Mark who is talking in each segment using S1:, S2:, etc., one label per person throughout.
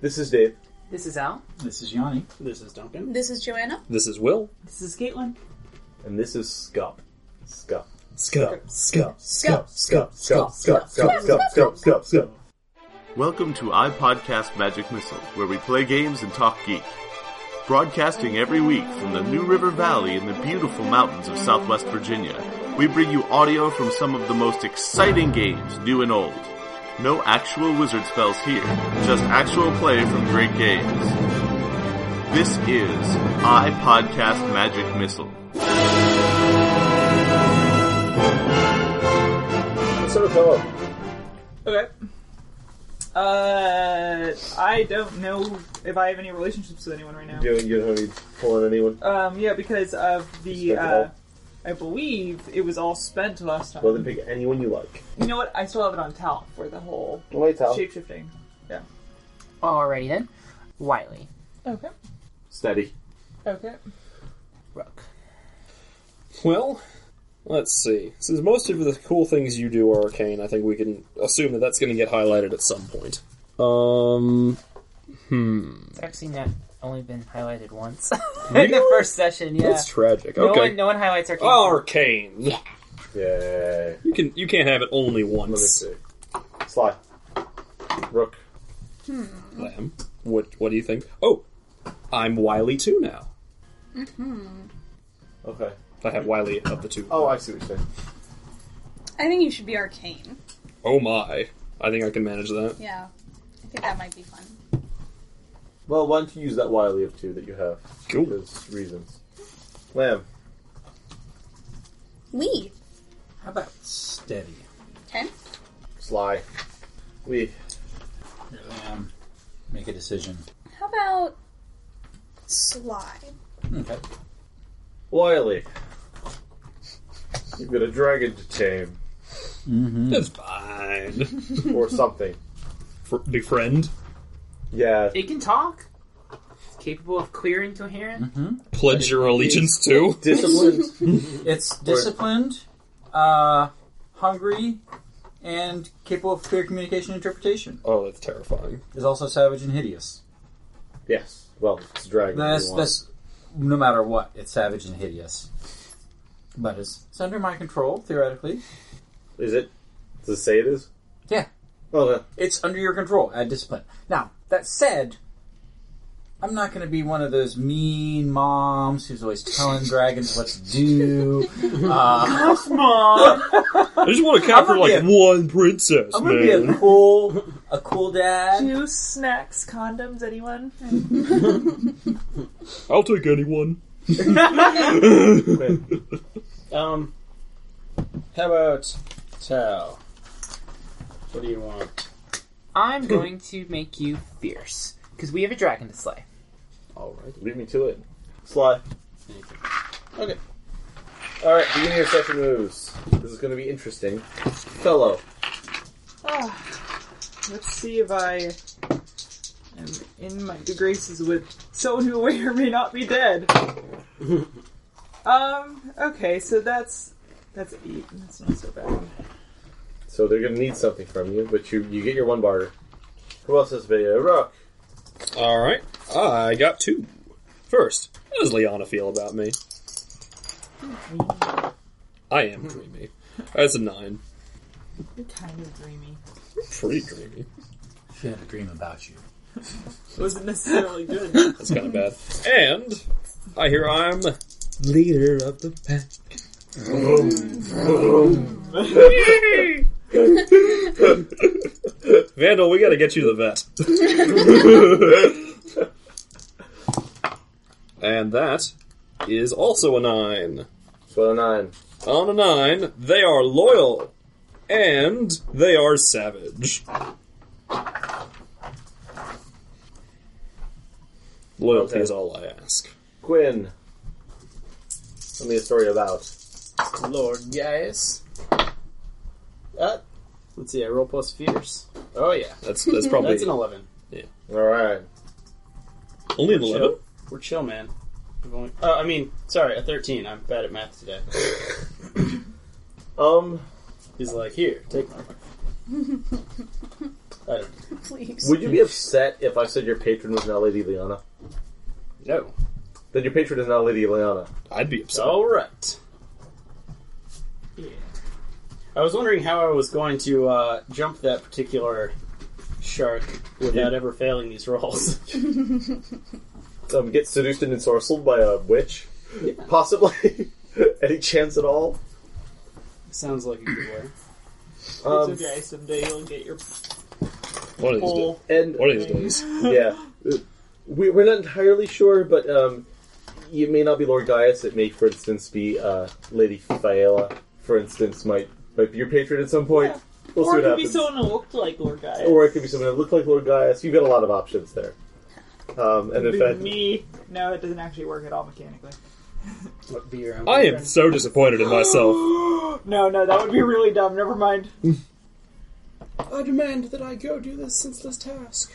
S1: This is Dave.
S2: This is Al.
S3: This is Yanni.
S4: This is Duncan.
S5: This is Joanna.
S6: This is Will.
S2: This is Caitlin.
S1: And this is Scup. Scup.
S6: Scup, scup,
S5: scup,
S6: scup,
S1: Scup, scup, scup, scup, scup, scup, scup.
S7: Welcome to iPodcast Magic Missile, where we play games and talk geek. Broadcasting every week from the New River Valley in the beautiful mountains of southwest Virginia, we bring you audio from some of the most exciting games, new and old. No actual wizard spells here, just actual play from great games. This is iPodcast Magic Missile.
S1: Let's start with Hello.
S3: Okay. Uh, I don't know if I have any relationships with anyone right now.
S1: You don't, you don't have any pull on anyone?
S3: Um, yeah, because of
S1: Spent
S3: the,
S1: it
S3: uh,
S1: all.
S3: I believe it was all spent last time.
S1: Well, then pick anyone you like.
S3: You know what? I still have it on towel for the whole
S1: Wait, Tal.
S3: shape shifting.
S2: Alrighty then. Wiley.
S3: Okay.
S1: Steady.
S3: Okay.
S2: Rook.
S6: Well, let's see. Since most of the cool things you do are arcane, I think we can assume that that's going to get highlighted at some point. Um,
S2: It's actually not only been highlighted once in the first session. Yeah.
S6: that's tragic.
S2: no
S6: okay.
S2: one, no one highlights our.
S6: Oh, arcane.
S1: Yay.
S6: You can you can't have it only
S1: Let me
S6: once.
S1: see. Sly. Rook.
S6: Lamb. What what do you think? Oh, I'm Wiley too now.
S1: Okay.
S6: I have Wiley of the two.
S1: Oh, I see what you're saying.
S5: I think you should be arcane.
S6: Oh my! I think I can manage that.
S5: Yeah, I think that might be fun.
S1: Well, why don't you use that Wily of two that you have?
S6: Cool.
S1: There's reasons. Lamb.
S5: We
S4: How about steady?
S5: okay?
S1: Sly. We.
S4: Um, make a decision.
S5: How about Sly?
S4: Okay.
S1: Wily. You've got a dragon to tame.
S4: Mm-hmm.
S6: It's fine.
S1: Or something.
S6: Fr- befriend,
S1: Yeah.
S2: It can talk. It's capable of clear and coherent.
S8: Mm-hmm.
S6: pledge your allegiance to.
S1: Disciplined.
S4: It's disciplined, uh, hungry, and capable of clear communication and interpretation.
S6: Oh, that's terrifying.
S4: Is also savage and hideous.
S1: yes. Well, it's a dragon.
S4: That's,
S1: You want-
S4: that's no matter what, it's savage and hideous. But it's, it's under my control, theoretically.
S1: Is it? Does it say it is? Oh,
S4: Yeah.
S1: Okay.
S4: It's under your control. Add discipline. Now, that said, I'm not going to be one of those mean moms who's always telling dragons what to do. Uh,
S6: I just want to capture
S4: gonna
S6: like
S4: be
S6: one princess,
S4: I'm going to be a
S6: man.
S4: cool, a cool dad.
S3: Juice, snacks, condoms, anyone?
S6: I'll take anyone.
S4: Um,
S8: How about Tao? What do you want?
S2: I'm going to make you fierce because we have a dragon to slay.
S8: Alright.
S1: Leave me to it. Sly.
S8: Okay.
S1: Alright, beginning of session moves. This is going to be interesting. Fellow.
S3: Ah, let's see if I am in my good graces with someone who may or may not be dead. um. Okay, so that's that's eight. That's not so bad.
S1: So they're going to need something from you, but you, you get your one barter. Who else has video? Rook.
S6: All right, I got two. First, how does Liana feel about me? I am dreamy. That's a nine.
S3: Hmm. You're kind of dreamy.
S6: Pretty dreamy.
S4: She had a dream about you.
S3: Wasn't necessarily good.
S6: That's kind of bad. And I hear I'm leader of the pack. Vandal, we gotta get you to the vet. and that is also a nine.
S1: So nine.
S6: On a nine, they are loyal and they are savage. Loyalty
S1: Okay.
S6: is all I ask.
S1: Quinn. Tell me a story about.
S8: Lord guys. Uh, let's see, I roll plus fierce. Oh yeah.
S6: That's that's probably
S8: That's an eleven.
S1: Alright.
S6: only an
S8: We're
S6: eleven.
S8: chill. We're chill, man. We've only- uh, I mean, sorry, a thirteen. I'm bad at math today.
S1: Um,
S8: He's like, here, take my.
S1: I don't
S5: Please.
S1: Would you be upset if I said your patron was not Lady Liana?
S6: No.
S1: That your patron is not Lady Liana.
S6: I'd be
S1: Oh.
S6: upset.
S8: All right. Yeah. I was wondering how I was going to uh, jump that particular shark without ever failing these rolls.
S1: Um, get seduced and ensorcelled by a witch? Possibly? Any chance at all?
S8: Sounds like a good way.
S1: Um,
S3: it's okay. Someday you'll get your
S6: One of these days.
S3: full.
S1: And
S6: One of these days.
S1: yeah, we, we're not entirely sure, but um, you may not be Lord Gaius. It may, for instance, be uh, Lady Faela. For instance, might might be your patron at some point. We'll
S3: or
S1: see what
S3: it could be
S1: happens.
S3: someone who looked like Lord Guy.
S1: or it could be someone that looked like Lord Gaius. You've got a lot of options there. Um, and
S3: Be
S1: if that,
S3: me. No, it doesn't actually work at all mechanically.
S8: What beer?
S1: Oh.
S8: I'm
S6: I am so disappointed in myself.
S3: No, no, that would be really dumb. Never mind.
S8: I demand that I go do this senseless task.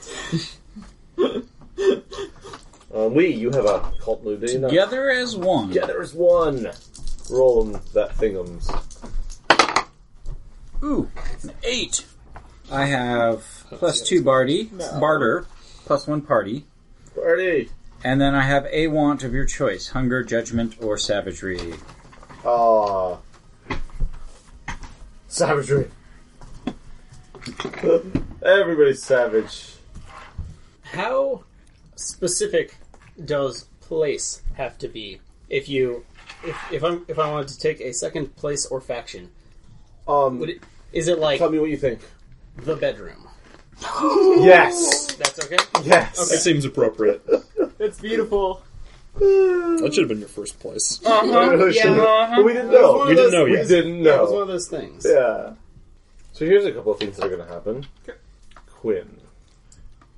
S1: um, Lee, you have a cult move, do you not?
S4: Together as one.
S1: Yeah, there's one. Roll 'em that thingums.
S4: Ooh, an eight. I have plus two barty, barter, plus one party,
S1: Party.
S4: and then I have a want of your choice: hunger, judgment, or savagery.
S1: Ah. Savagery. Everybody's savage.
S8: How specific does place have to be? If you, if, if I'm, if I wanted to take a second place or faction,
S1: Um,
S8: would it? Is it like
S1: tell me what you think.
S8: the bedroom?
S1: Yes.
S8: That's okay.
S1: Yes.
S6: That seems appropriate.
S3: That's beautiful.
S6: That should have been your first place.
S1: Uh, But we didn't
S8: That was
S1: know.
S8: one
S1: We
S8: of
S1: didn't
S8: those-
S1: know. We
S6: yes.
S1: didn't
S8: That was one
S1: know.
S8: of those things.
S1: Yeah. So here's a couple of things that are going to happen. Quinn,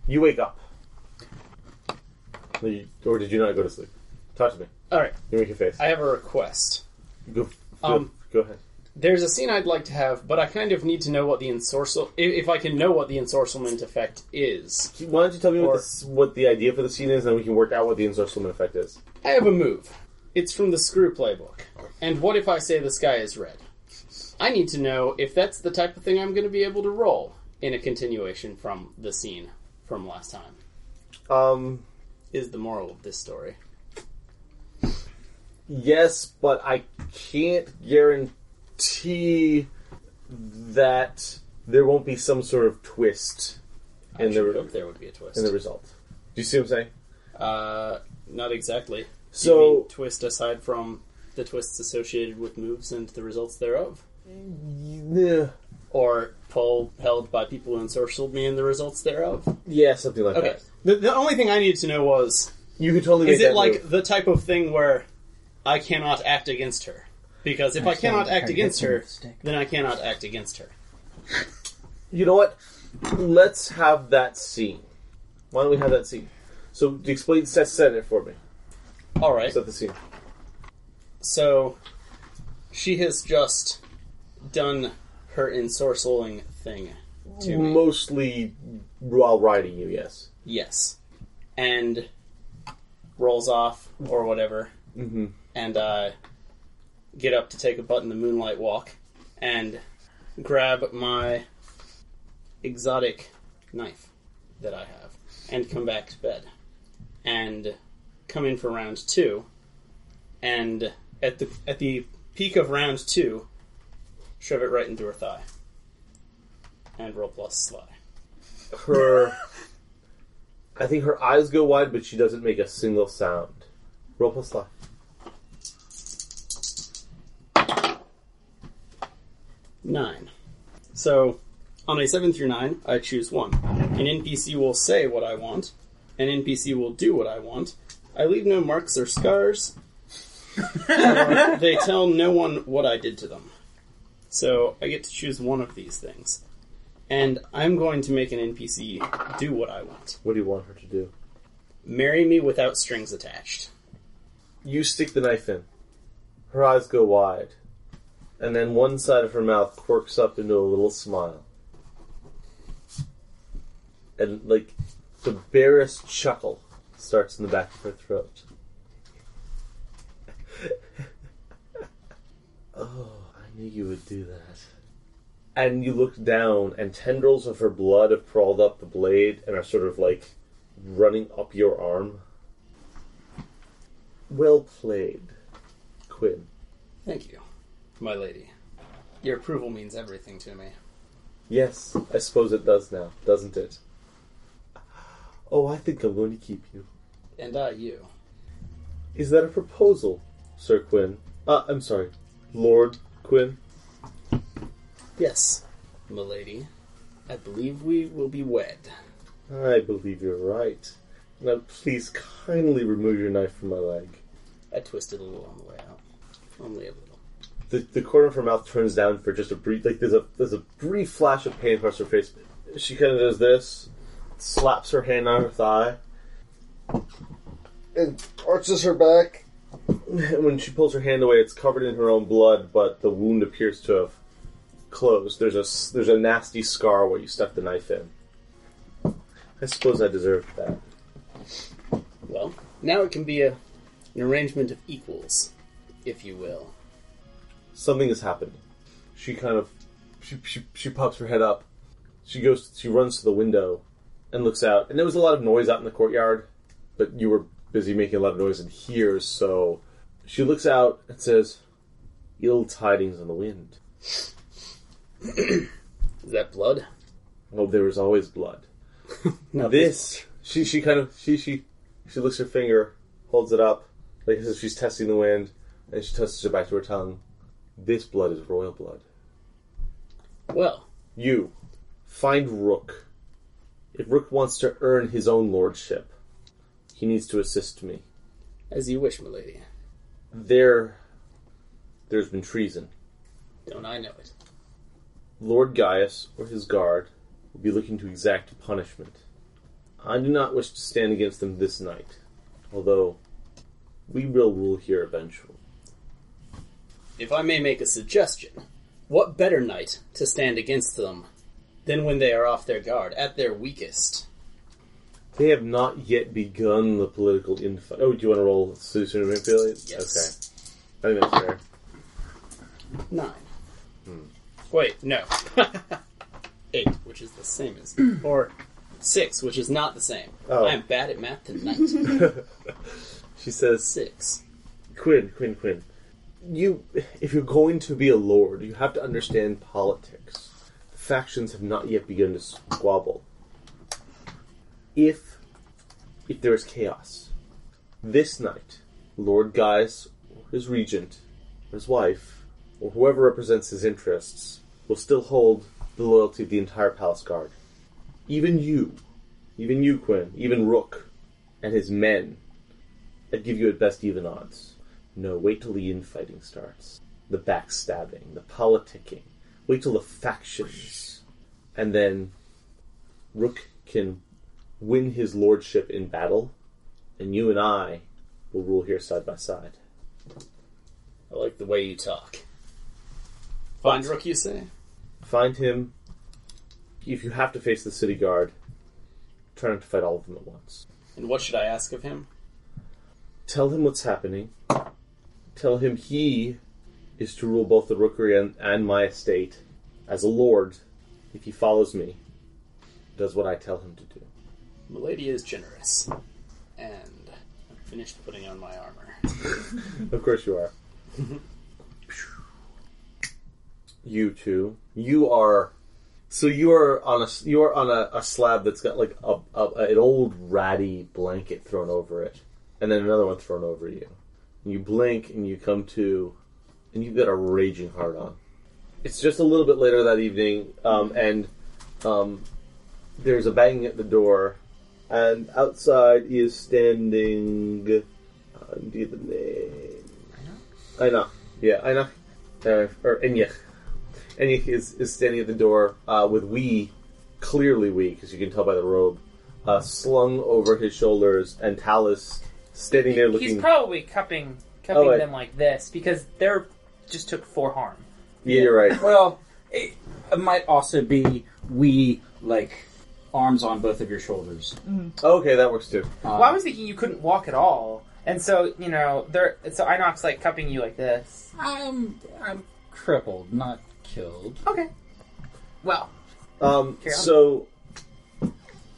S1: you wake up. Or you- Or did you not go to sleep? Talk to me.
S8: All right,
S1: You make your face.
S8: I have a request.
S1: Go, go,
S8: Um,
S1: go ahead.
S8: There's a scene I'd like to have, but I kind of need to know what the ensorcel if, if I can know what the ensorcelment effect is.
S1: Why don't you tell me what
S8: or-
S1: the, s- what the idea for the scene is, and then we can work out what the ensorcelment effect is.
S8: I have a move. It's from the Screw Playbook. And what if I say the sky is red? I need to know if that's the type of thing I'm going to be able to roll in a continuation from the scene from last time.
S1: Um,
S8: Is the moral of this story?
S1: Yes, but I can't guarantee that there won't be some sort of twist in
S8: I
S1: the
S8: should
S1: re-
S8: hope there would be a twist.
S1: in the result. Do you see what I'm saying?
S8: uh, not exactly. Do
S1: So-
S8: you mean twist aside from the twists associated with moves and the results thereof,
S1: Yeah,
S8: or pull held by people who ensorcelled me and the results thereof.
S1: yeah something like
S8: Okay.
S1: that.
S8: The, the only thing I needed to know was
S1: You could totally.
S8: Is
S1: make
S8: it
S1: that
S8: like
S1: move.
S8: the type of thing where I cannot act against her? Because if I cannot act against her, then I cannot act against her.
S1: you know what? Let's have that scene. Why don't we have that scene? So explain set set it for me.
S8: All right.
S1: Set the scene.
S8: So she has just done her ensorceling thing to me.
S1: Mostly while riding you, yes.
S8: Yes. And rolls off or whatever.
S1: Mhm.
S8: And I get up to take a butt in the moonlight walk and grab my exotic knife that I have and come back to bed and come in for round two. And at the at the peak of round two, shove it right into her thigh and roll plus sly.
S1: her I think her eyes go wide, but she doesn't make a single sound. Roll plus luck.
S8: nine. So on a seven through nine, I choose one. An NPC will say what I want. An NPC will do what I want. I leave no marks or scars. or they tell no one what I did to them. So I get to choose one of these things. And I'm going to make an NPC do what I want.
S1: What do you want her to do?
S8: Marry me without strings attached.
S1: You stick the knife in. Her eyes go wide. And then one side of her mouth quirks up into a little smile. And like the barest chuckle starts in the back of her throat. oh, I knew you would do that. and you look down, and tendrils of her blood have crawled up the blade and are sort of like running up your arm. Well played, Quinn.
S8: Thank you, my lady. Your approval means everything to me.
S1: Yes, I suppose it does now, doesn't it? Oh, I think I'm going to keep you.
S8: And I, you.
S1: Is that a proposal, Sir Quinn? Uh, I'm sorry, Lord Quinn.
S8: Yes, milady. I believe we will be wed.
S1: I believe you're right. Now, please kindly remove your knife from my leg.
S8: I twisted a little on the way out. Only a little.
S1: The, the corner of her mouth turns down for just a brief, like there's a there's a brief flash of pain across her face. She kind of does this, slaps her hand on her thigh, and arches her back. And when she pulls her hand away, it's covered in her own blood, but the wound appears to have closed. There's a s- there's a nasty scar where you stuck the knife in. I suppose I deserved that.
S8: Well, now it can be a, an arrangement of equals, if you will.
S1: something has happened. She kind of she, she she pops her head up. She goes she runs to the window and looks out. And there was a lot of noise out in the courtyard, but you were busy making a lot of noise in here, so she looks out and says, "Ill tidings on the wind."
S8: Is that blood?
S1: Well, there is always blood.
S8: No.
S1: This she she kind of she she she looks her finger, holds it up, like as if she's testing the wind, and she touches it back to her tongue. This blood is royal blood.
S8: Well,
S1: You find Rook. If Rook wants to earn his own lordship, he needs to assist me.
S8: as you wish, milady.
S1: There there's been treason.
S8: Don't I know it?
S1: Lord Gaius or his guard will be looking to exact punishment. I do not wish to stand against them this night, although we will rule here eventually.
S8: If I may make a suggestion, what better night to stand against them than when they are off their guard, at their weakest?
S1: They have not yet begun the political infight. Oh, do you want to roll seduction or manipulate?
S8: Yes.
S1: Okay. I think that's fair.
S8: Nine. Hmm. Wait, no. Eight, which is the same as. Or six, which is not the same.
S1: Oh.
S8: I am bad at math tonight.
S1: She says,
S8: six.
S1: Quinn, Quinn, Quinn. You, if you're going to be a lord, you have to understand politics. Factions have not yet begun to squabble. If, if there is chaos, this night, Lord Gaius, or his regent, or his wife, or whoever represents his interests, will still hold the loyalty of the entire palace guard. Even you, even you, Quinn, even Rook, and his men I'd give you at best even odds. No, wait till the infighting starts. The backstabbing, the politicking. Wait till the factions. And then Rook can win his lordship in battle, and you and I will rule here side by side.
S8: I like the way you talk. Find Rook, you say?
S1: Find him. If you have to face the city guard, try not to fight all of them at once.
S8: And what should I ask of him?
S1: tell him what's happening. Tell him he is to rule both the rookery and, and my estate as a lord if he follows me, does what I tell him to do.
S8: Milady is generous. And I'm finished putting on my armor.
S1: Of course you are. you two, you are. So you are on a you are on a, a slab that's got like a, a an old ratty blanket thrown over it, and then another one thrown over you. And you blink and you come to, and you've got a raging heart on. It's just a little bit later that evening, um, and um, there's a banging at the door, and outside is standing. And be the name. Einach. Yeah, Einach. Uh, or Enyech. Enyech is, is standing at the door uh, with we, clearly we, because you can tell by the robe, uh, slung over his shoulders, and Talus standing there
S2: He's
S1: looking.
S2: probably cupping cupping
S1: Oh, I-
S2: them like this because they're just took four harm.
S1: yeah, you're right.
S4: Well, it, it might also be we like arms on both of your shoulders.
S1: Okay, that works too.
S4: Um,
S2: Well, I was thinking you couldn't walk at all, and so you know they're so Inox like
S4: Um,
S2: cupping you like this.
S4: I'm I'm crippled, not killed.
S2: Okay.
S3: Well,
S1: Um,
S3: Carry on.
S1: so,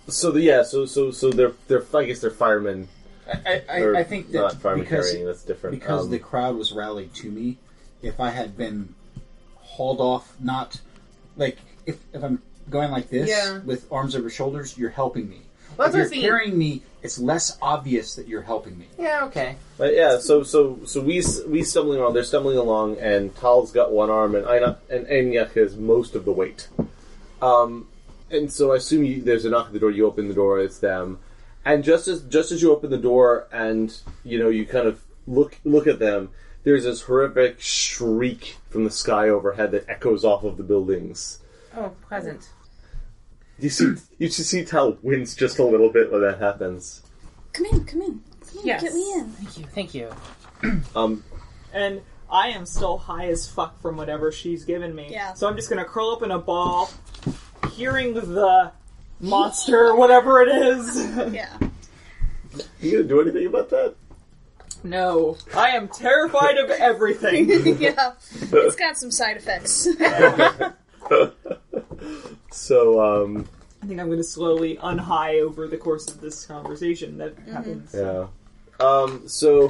S1: so the, yeah, so so so they're they're I guess they're firemen.
S4: I,
S1: or
S4: I, I think
S1: not
S4: that
S1: firemen
S4: because
S1: carrying. That's different.
S4: because
S1: Um,
S4: the crowd was rallied to me. If I had been hauled off, not like if, if I'm going like this
S3: Yeah.
S4: with arms over shoulders, you're helping me.
S3: Well, that's what
S4: if you're
S3: I'm saying.
S4: carrying me, it's less obvious that you're helping me.
S3: yeah, okay.
S1: But yeah, so so so we s- we stumbling along. They're stumbling along, and Tal's got one arm, and Aina and Enya has most of the weight. Um, and so I assume you, there's a knock at the door. You open the door. It's them. And just as just as you open the door, and you know you kind of look look at them. There's this horrific shriek from the sky overhead that echoes off of the buildings.
S3: Oh, pleasant.
S1: You see, you just see Tal wince just a little bit when that happens.
S5: Come in, come in. Come in,
S3: Yes.
S5: get me in.
S2: Thank you, thank you.
S1: Um,
S9: and I am still high as fuck from whatever she's given me.
S5: Yeah.
S9: So I'm just gonna curl up in a ball, hearing the monster, whatever it is.
S5: Yeah.
S1: you gonna do anything about that?
S9: no, I am terrified of everything.
S5: yeah. It's got some side effects.
S1: So um,
S9: I think I'm gonna slowly unhigh over the course of this conversation that happens.
S1: Yeah. Um, so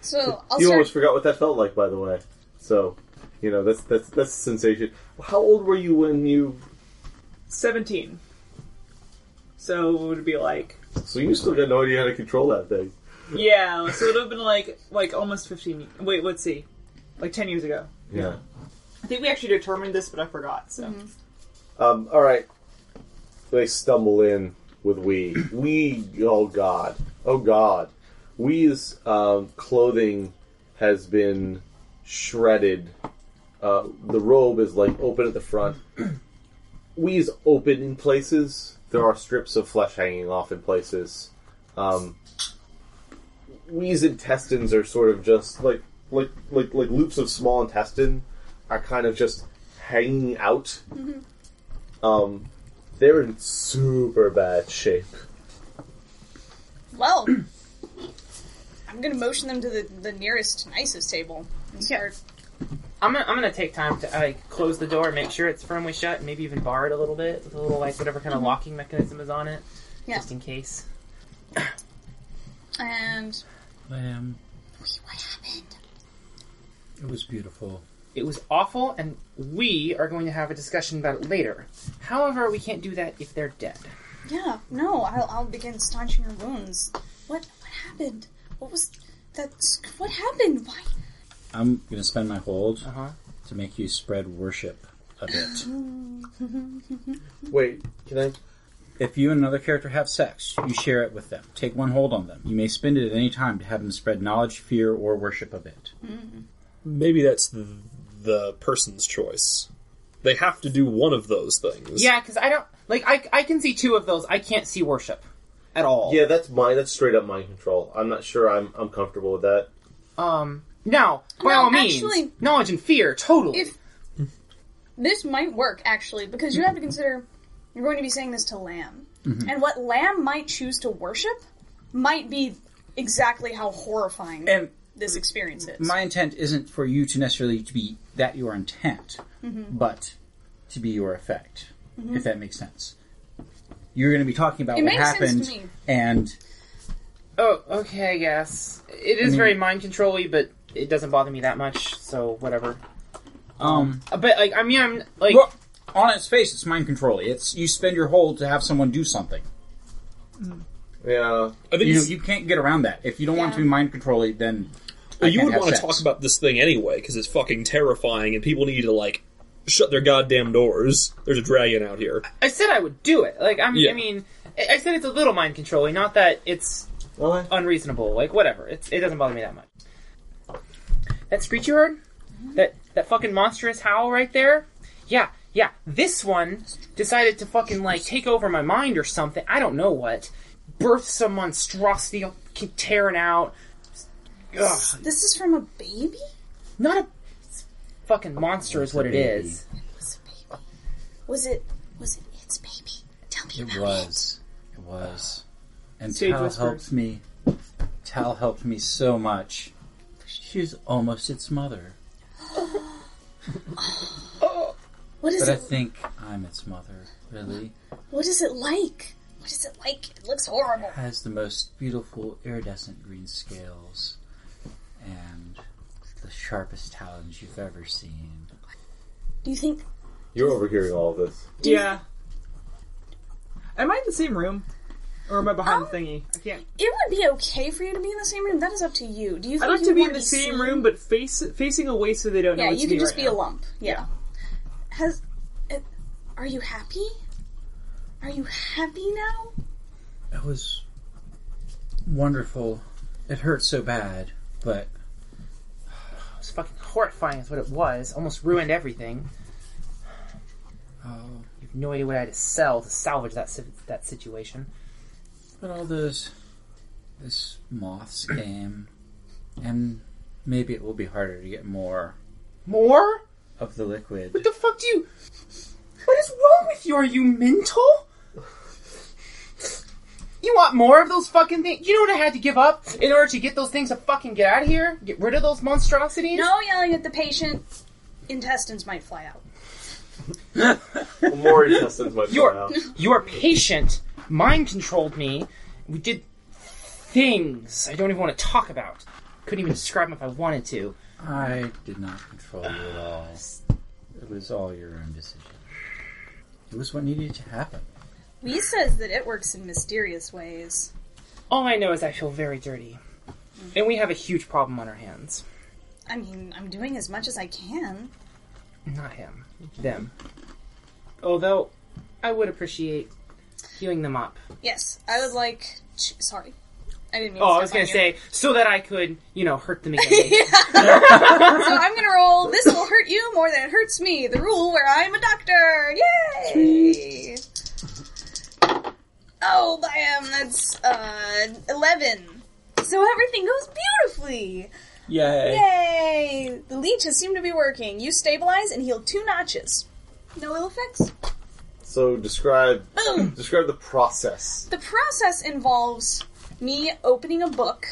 S5: so I'll
S1: you
S5: start.
S1: almost forgot what that felt like, by the way. So, you know, that's that's that's a sensation. How old were you when you?
S9: Seventeen. So it would be like
S1: So you still got no idea how to control that thing.
S9: yeah. So it would have been like like almost fifteen. Wait, let's see, like ten years ago.
S1: Yeah.
S9: I think we actually determined this, but I forgot. So
S1: Um. All right. They stumble in with we. We. Oh God. Oh God. We's um, clothing has been shredded. Uh, the robe is like open at the front. We's open in places. There are strips of flesh hanging off in places. Um, We's intestines are sort of just like like like like loops of small intestine are kind of just hanging out um, they're in super bad shape.
S5: Well, I'm gonna motion them to the, the nearest nicest table and start.
S2: I'm gonna, I'm gonna take time to like close the door, make sure it's firmly shut, and maybe even bar it a little bit with a little like whatever
S3: Mm-hmm.
S2: kind of locking mechanism is on it,
S5: Yeah.
S2: just in case.
S5: And
S4: Lamb,
S5: what happened?
S4: it was beautiful.
S2: It was awful, and we are going to have a discussion about it later. However, we can't do that if they're dead.
S5: Yeah. No, I'll, I'll begin staunching your wounds. What what happened? What was that? What happened? Why?
S4: I'm gonna spend my hold
S2: Uh
S1: Uh-huh.
S2: huh.
S4: to make you spread worship a bit.
S1: Wait, can I?
S4: if you and another character have sex, you share it with them. Take one hold on them. You may spend it at any time to have them spread knowledge, fear, or worship of it.
S6: Maybe that's the, the person's choice. They have to do one of those things.
S2: Yeah, because I don't like I I can see two of those. I can't see worship at all.
S1: Yeah, that's mine. That's straight up mind control. I'm not sure. I'm I'm comfortable with that.
S2: Um. Now, by
S5: No,
S2: all means,
S5: actually-
S2: knowledge and fear, totally.
S5: If- This might work actually because you have to consider you're going to be saying this to Lamb, and what Lamb might choose to worship might be exactly how horrifying
S4: And
S5: this experience is.
S4: my intent isn't for you to necessarily to be that your intent,
S1: Mm-hmm.
S4: but to be your effect, if that makes sense. You're going to be talking about
S5: It
S4: what
S5: makes sense to
S4: happened,
S5: me.
S4: and
S2: oh, okay, I guess it is very mind controlly, but it doesn't bother me that much. So whatever. Uh,
S4: um,
S2: But like, I mean, I'm like,
S4: well, on its face, it's mind control. It's you spend your hold to have someone do something.
S1: Yeah.
S6: I
S4: You know,
S6: think it's-
S4: you can't get around that. If you don't want
S5: Yeah.
S4: to be mind controlly, then I
S6: you
S4: can't
S6: would
S4: have
S6: want to
S4: sex.
S6: talk about this thing anyway because it's fucking terrifying and people need to like shut their goddamn doors. There's a dragon out here.
S2: I said I would do it. Like, I'm,
S6: Yeah.
S2: I mean, I I said it's a little mind controlling, not that it's
S1: Okay.
S2: unreasonable. Like, whatever. It's, it doesn't bother me that much. That screech you heard? That, that fucking monstrous howl right there? Yeah, yeah. This one decided to fucking, like, take over my mind or something. I don't know what. Birth some monstrosity, keep tearing out. Ugh.
S5: This is from a baby.
S2: Not a fucking monster is what it is.
S5: It's a baby. Was it? Was it its baby? Tell me
S4: It
S5: about
S4: was. It was. And
S9: Sage
S4: Tal
S9: whispers.
S4: helped me. Tal helped me so much. She was almost its mother.
S5: What is
S10: But I
S5: it?
S10: think I'm its mother, really.
S5: What is it like? What is it like? It looks horrible.
S10: Has the most beautiful iridescent green scales and the sharpest talons you've ever seen.
S5: Do you think?
S1: You're overhearing all of this.
S3: Yeah. Am I in the same room? Or am I behind the thingy? Um, I can't.
S5: It would be okay for you to be in the same room. That is up to you. Do you?
S3: I'd
S5: Think
S3: like
S5: you
S3: to be in
S5: wanna
S3: the same
S5: seen?
S3: room, but face facing away so they don't know.
S5: Yeah,
S3: it's
S5: you can
S3: me
S5: just
S3: right
S5: be
S3: now.
S5: a lump. Yeah. Has? uh, Are you happy? Are you happy now?
S10: It was wonderful. It hurt so bad, but
S2: It was fucking horrifying, is what it was. Almost ruined everything.
S10: oh,
S2: You have no idea what I had to sell to salvage that si- that situation.
S10: but all those this moths came, and maybe it will be harder to get more
S2: More?
S10: of the liquid.
S2: What the fuck do you? What is wrong with you? Are you mental? You want more of those fucking things? You know what I had to give up in order to get those things to fucking get out of here? Get rid of those monstrosities?
S5: No yelling at the patient. Intestines might fly out.
S1: More intestines might
S2: You're-
S1: come out.
S2: Your patient mind controlled me. We did things I don't even want to talk about. Couldn't even describe them if I wanted to.
S10: I did not control you at all. It was all your own decision. It was what needed to happen.
S5: Wee says that it works in mysterious ways.
S2: All I know is I feel very dirty. And we have a huge problem on our hands.
S5: I mean, I'm doing as much as I can.
S2: Not him. Them. Although, I would appreciate healing them up.
S5: Yes, I would like. To, sorry, I didn't mean.
S2: Oh,
S5: to
S2: I was
S5: step
S2: gonna
S5: on you.
S2: say, so that I could, you know, hurt them again.
S5: So I'm gonna roll. This will hurt you more than it hurts me. The rule where I'm a doctor. Yay! Oh, bam! That's uh eleven. So everything goes beautifully.
S10: Yay!
S5: Yay! The leeches seem to be working. You stabilize and heal two notches. No ill effects.
S1: So describe
S5: Boom.
S1: describe the process.
S5: The process involves me opening a book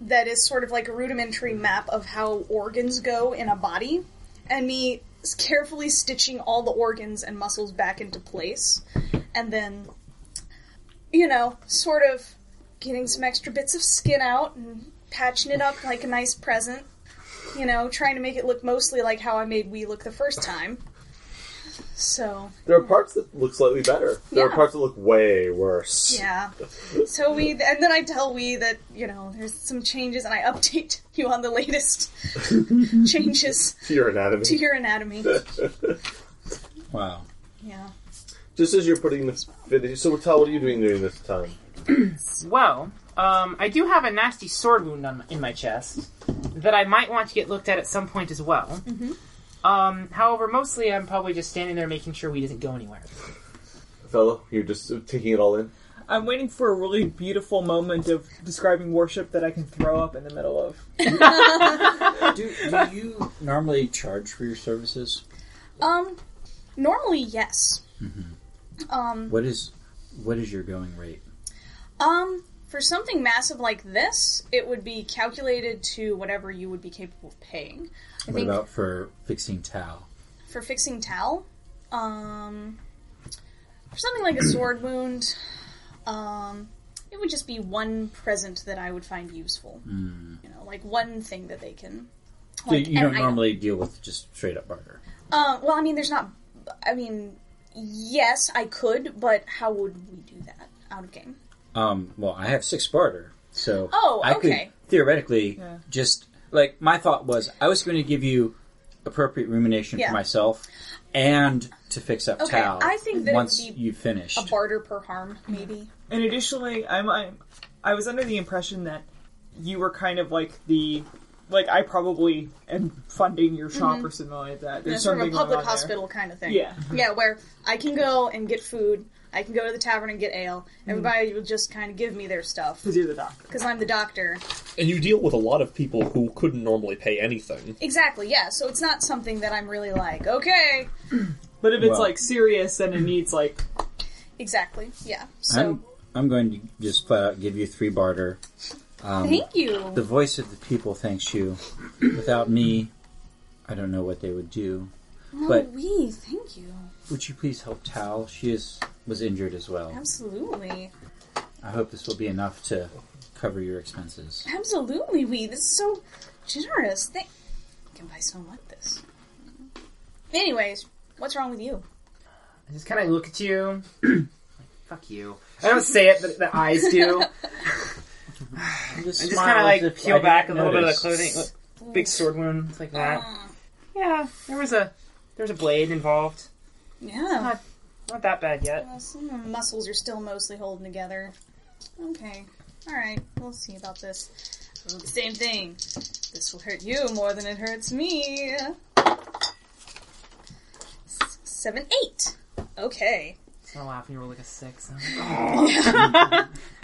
S5: that is sort of like a rudimentary map of how organs go in a body, and me s- carefully stitching all the organs and muscles back into place, and then, you know, sort of getting some extra bits of skin out and patching it up like a nice present. You know, trying to make it look mostly like how I made we look the first time. So
S1: There are parts that look slightly better. There
S5: Yeah.
S1: are parts that look way worse.
S5: Yeah. So we, and then I tell we that you know there's some changes, and I update you on the latest changes
S1: To your anatomy.
S5: to your anatomy.
S10: Wow.
S5: Yeah.
S1: Just as you're putting this finish. So, Tal, what are you doing during this time?
S2: well, um, I do have a nasty sword wound on, in my chest that I might want to get looked at at some point as well. Um, however, mostly I'm probably just standing there making sure we doesn't go anywhere.
S1: Othello, you're just uh, taking it all in.
S3: I'm waiting for a really beautiful moment of describing worship that I can throw up in the middle of.
S10: Do, do you normally charge for your services?
S5: Um. Normally, yes. Um.
S10: What is what is your going rate?
S5: Um. For something massive like this, it would be calculated to whatever you would be capable of paying. I
S10: What
S5: think
S10: about for fixing Tao?
S5: for fixing Tal, um, for something like a sword wound, um, it would just be one present that I would find useful. You know, like one thing that they can. like,
S10: Hmm. you you don't
S5: an item.
S10: normally deal with just straight up barter.
S5: Uh, well, I mean, there's not. I mean, yes, I could, but how would we do that out of game?
S10: Um, well, I have six barter, so
S5: Oh,
S10: I
S5: okay.
S10: could theoretically just like my thought was I was going to give you appropriate rumination
S5: Yeah.
S10: for myself and to fix up
S5: Okay,
S10: Tao.
S5: I think that it would
S10: once
S5: be
S10: you finished,
S5: A barter per harm,
S3: Mm-hmm.
S5: maybe.
S3: And additionally, I'm, I'm I was under the impression that you were kind of like the like I probably am funding your shop or something like that. There's
S5: It's Mm-hmm. sort of
S3: something
S5: a public
S3: going on there.
S5: hospital kind of thing.
S3: Yeah.
S5: Yeah, where I can go and get food. I can go to the tavern and get ale.
S3: Mm.
S5: Everybody will just kind of give me their stuff
S3: because you're the doctor.
S5: because I'm the doctor.
S6: And you deal with a lot of people who couldn't normally pay anything.
S5: Exactly, yeah. So it's not something that I'm really like, okay.
S3: But if it's
S10: Well-
S3: like serious, then it needs like
S5: Exactly, yeah. So
S10: I'm I'm going to just flat out give you three barter. Um,
S5: thank you.
S10: The voice of the people thanks you. Without me,
S4: I don't know what they would do.
S5: No,
S4: But-
S5: we. Thank you.
S4: Would you please help Tal? She is was injured as well.
S5: Absolutely.
S4: I hope this will be enough to cover your expenses.
S5: Absolutely, we. This is so generous. Thank. I can buy someone like this. Anyways, what's wrong with you?
S2: I just kind of look at you. Fuck you. I don't say it, but the eyes do. I just kind of like peel back a little bit of the clothing. Look, Big sword wound it's like that.
S5: Uh,
S2: Yeah, there was a there was a blade involved.
S5: yeah.
S2: Not that bad yet.
S5: Well, some of the muscles are still mostly holding together. Okay. Alright, we'll see about this. Same thing. This will hurt you more than it hurts me. S- Seven, eight. Okay.
S2: I laugh when you roll like a six.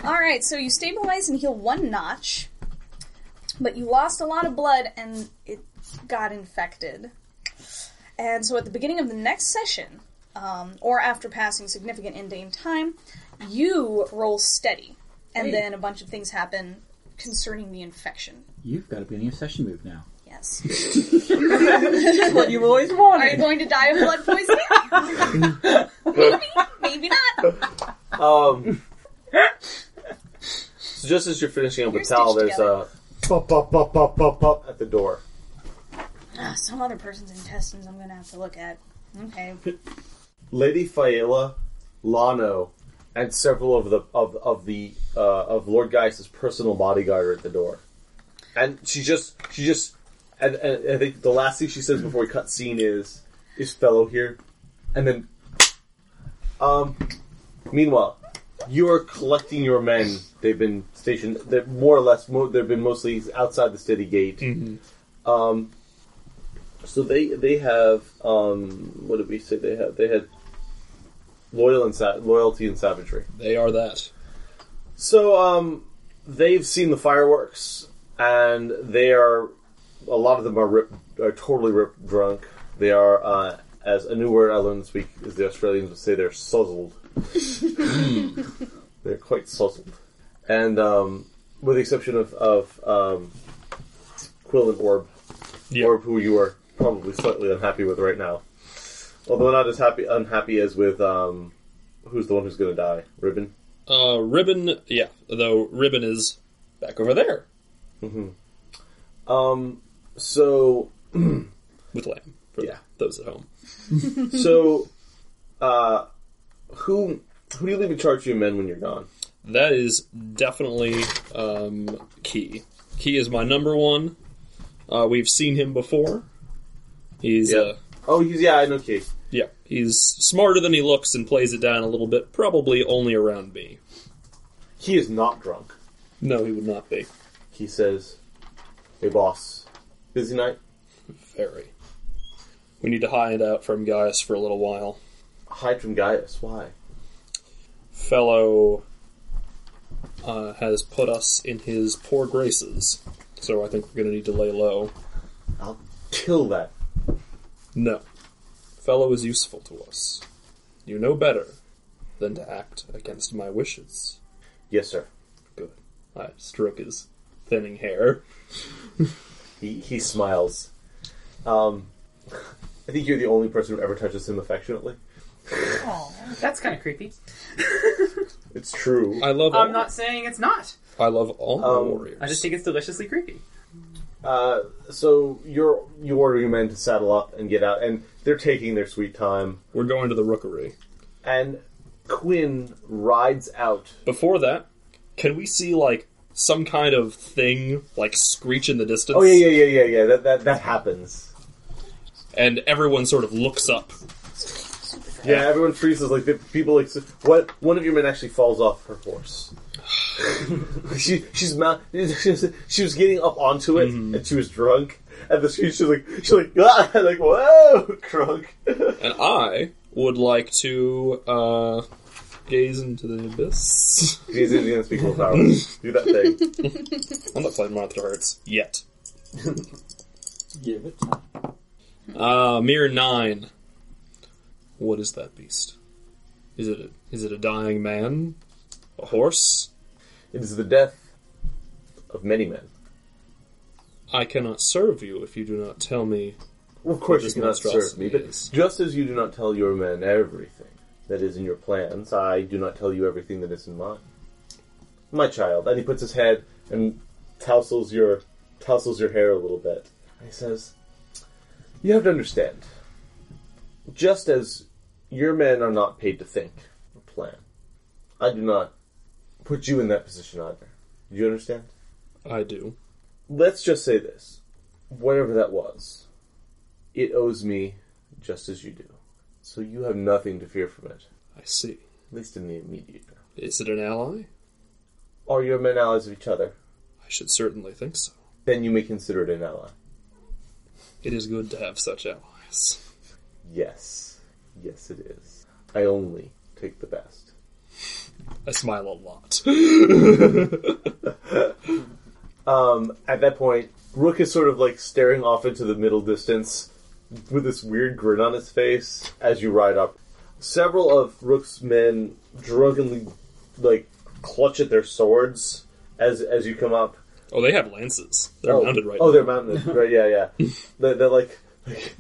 S5: Alright, so you stabilize and heal one notch, but you lost a lot of blood and it got infected. And so at the beginning of the next session, um, or after passing significant in-game time, you roll steady. And then a bunch of things happen concerning the infection.
S4: You've got a beginning of session move now.
S5: Yes.
S3: what you've always
S5: Are you
S3: wanted.
S5: going to die of blood poisoning? maybe, maybe not.
S1: Um, so just as you're finishing up
S5: You're
S1: with Tal,
S5: stitched
S1: there's a pop, pop, pop, pop, pop, pop at the door.
S5: Ah, some other person's intestines I'm going to have to look at. Okay.
S1: Lady Faela, Lano, and several of the of of the uh, of Lord Geis's personal bodyguard are at the door, and she just she just and, and I think the last thing she says before we cut scene is is fellow here, and then um. Meanwhile, you are collecting your men. They've been stationed. They're more or less. Mo- they've been mostly outside the city gate. Um, so they they have um, what did we say? They have they had loyal and sa- loyalty and savagery.
S6: They are that.
S1: So um, they've seen the fireworks, and they are a lot of them are rip, are totally ripped drunk. They are uh, as a new word I learned this week is the Australians would say they're suzzled. they're quite suzzled, and um, with the exception of of um, Quill and Orb,
S6: Yep.
S1: Orb, who you are probably slightly unhappy with right now, although not as happy unhappy as with um, who's the one who's going to die, Ribbon.
S6: Uh, Ribbon, yeah, though Ribbon is back over there
S1: Um, so
S6: with Lamb. For
S1: Yeah.
S6: those at home.
S1: So, uh, who who do you leave in charge of your men when you're gone?
S6: That is definitely um, Key. Key is my number one. Uh, we've seen him before. He's
S1: Yeah.
S6: uh,
S1: Oh, he's yeah, I know Kate.
S6: yeah, he's smarter than he looks and plays it down a little bit. Probably only around me.
S1: He is not drunk.
S6: No, he would not be
S1: He says, "Hey, boss, busy night."
S6: very. We need to hide out from Gaius for a little while.
S1: Hide from Gaius. Why?
S6: fellow uh, has put us in his poor graces. So I think we're going to need to lay low.
S1: I'll kill that.
S6: No. Fellow is useful to us. You know better than to act against my wishes.
S1: Yes, sir.
S6: Good. I stroke his thinning hair.
S1: He he smiles. Um, I think you're the only person who ever touches him affectionately.
S2: That's kind of creepy.
S1: It's true.
S6: I love all,
S2: I'm not saying it's not.
S6: I love all my
S1: Um,
S6: warriors.
S2: Oh. I just think it's deliciously creepy.
S1: Uh, so you're you order your men to saddle up and get out, and they're taking their sweet time.
S6: we're going to the rookery.
S1: And Quinn rides out
S6: Before that, can we see like some kind of thing like screech in the distance?
S1: Oh yeah, yeah, yeah, yeah, yeah. That that that happens.
S6: And everyone sort of looks up.
S1: Yeah, everyone freezes. Like the people, like so- what? One of your men actually falls off her horse. she she's mount, she, was, she was getting up onto it, and she was drunk. And the she, she's like she's like ah, like whoa, drunk.
S6: And I would like to uh, gaze into the abyss.
S1: These are the unspeakable powers. Do that thing.
S6: I'm not playing Monster Hearts yet.
S4: Give it time.
S6: Uh, mere nine. What is that beast? Is it a, is it a dying man? A horse?
S1: It is the death of many men.
S6: I cannot serve you if you do not tell me
S1: Of course, you
S6: this
S1: cannot serve
S6: monstrosity
S1: me, but
S6: is.
S1: just as you do not tell your men everything that is in your plans, I do not tell you everything that is in mine. My child, and he puts his head and tousles your tousles your hair a little bit. And he says, "You have to understand. Just as your men are not paid to think or plan, I do not put you in that position either. Do you understand?
S6: I do.
S1: Let's just say this: whatever that was." it owes me just as you do. So you have nothing to fear from it,
S6: I see.
S1: at least in the immediate.
S6: Is it an ally?
S1: Are your men allies of each other?
S6: I should certainly think so.
S1: Then you may consider it an ally.
S6: It is good to have such allies.
S1: Yes. Yes, it is. I only take the best.
S6: I smile a lot.
S1: Um, at that point, Rook is sort of like staring off into the middle distance with this weird grin on his face as you ride up. Several of Rook's men drunkenly like clutch at their swords as as you come up.
S6: oh, they have lances. They're
S1: oh,
S6: mounted right
S1: oh,
S6: now.
S1: they're mounted. right, yeah, yeah. they're, they're like, like,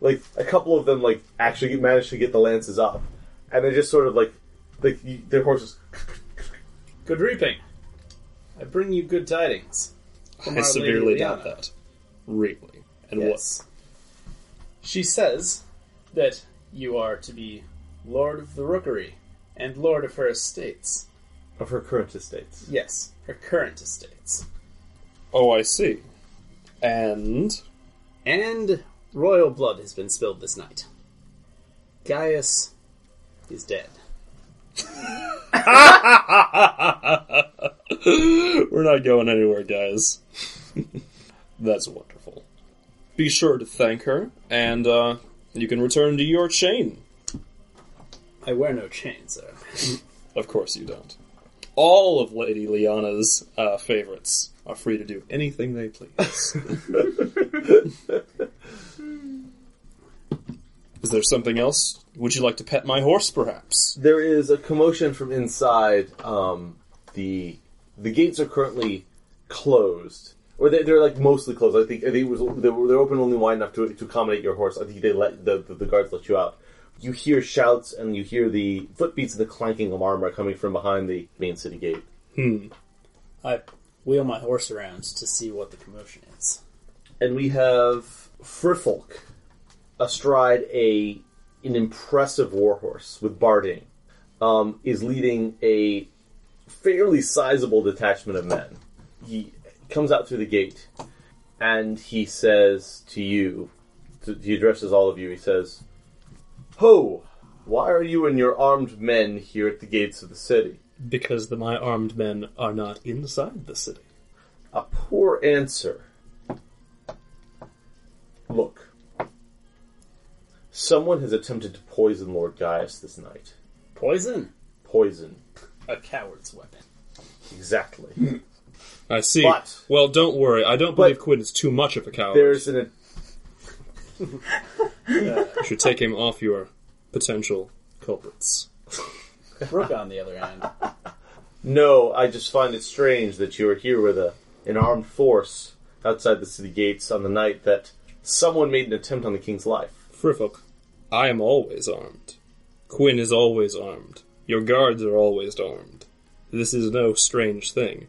S1: like a couple of them like actually get- managed to get the lances up, and they just sort of like, like you- their horses.
S8: Good reaping. I bring you good tidings. from
S6: I
S8: Our Lady
S6: severely doubt
S8: Lyanna.
S6: that. Really. And
S8: Yes. She says that you are to be Lord of the Rookery and Lord of her estates.
S1: Of her current estates.
S8: Yes, her current estates.
S6: what? Oh, I see. And
S8: And royal blood has been spilled this night. Gaius is dead.
S6: We're not going anywhere, guys. That's wonderful. Be sure to thank her, and uh, you can return to your chain.
S8: I wear no chain, sir.
S6: Of course, you don't. All of Lady Liana's uh, favorites are free to do anything they please. Is there something else? Would you like to pet my horse, perhaps?
S1: There is a commotion from inside. Um, the the gates are currently closed, or they, they're like mostly closed. I think I think it was they were, they're open only wide enough to to accommodate your horse. I think they let the, the, the guards let you out. You hear shouts and you hear the footbeats and the clanking of armor coming from behind the main city gate.
S8: I wheel my horse around to see what the commotion is.
S1: and we have Friffolk astride a an impressive warhorse with barding, um, is leading a fairly sizable detachment of men. He comes out through the gate, and he says to you, to, he addresses all of you. He says, "Ho, why are you and your armed men here at the gates of the city?"
S6: Because the, my armed men are not inside the city.
S1: A poor answer. Look. Someone has attempted to poison Lord Gaius this night.
S8: Poison?
S1: Poison.
S8: A coward's weapon.
S1: Exactly.
S6: I see.
S1: But-
S6: well, don't worry. I don't
S1: But-
S6: believe Quinn is too much of a coward.
S1: There's an.
S6: You should take him off your potential culprits.
S8: Rook, on the other hand,
S1: No, I just find it strange that you are here with a, an armed force outside the city gates on the night that someone made an attempt on the king's life.
S6: Frifok, I am always armed. Quinn is always armed. Your guards are always armed. This is no strange thing.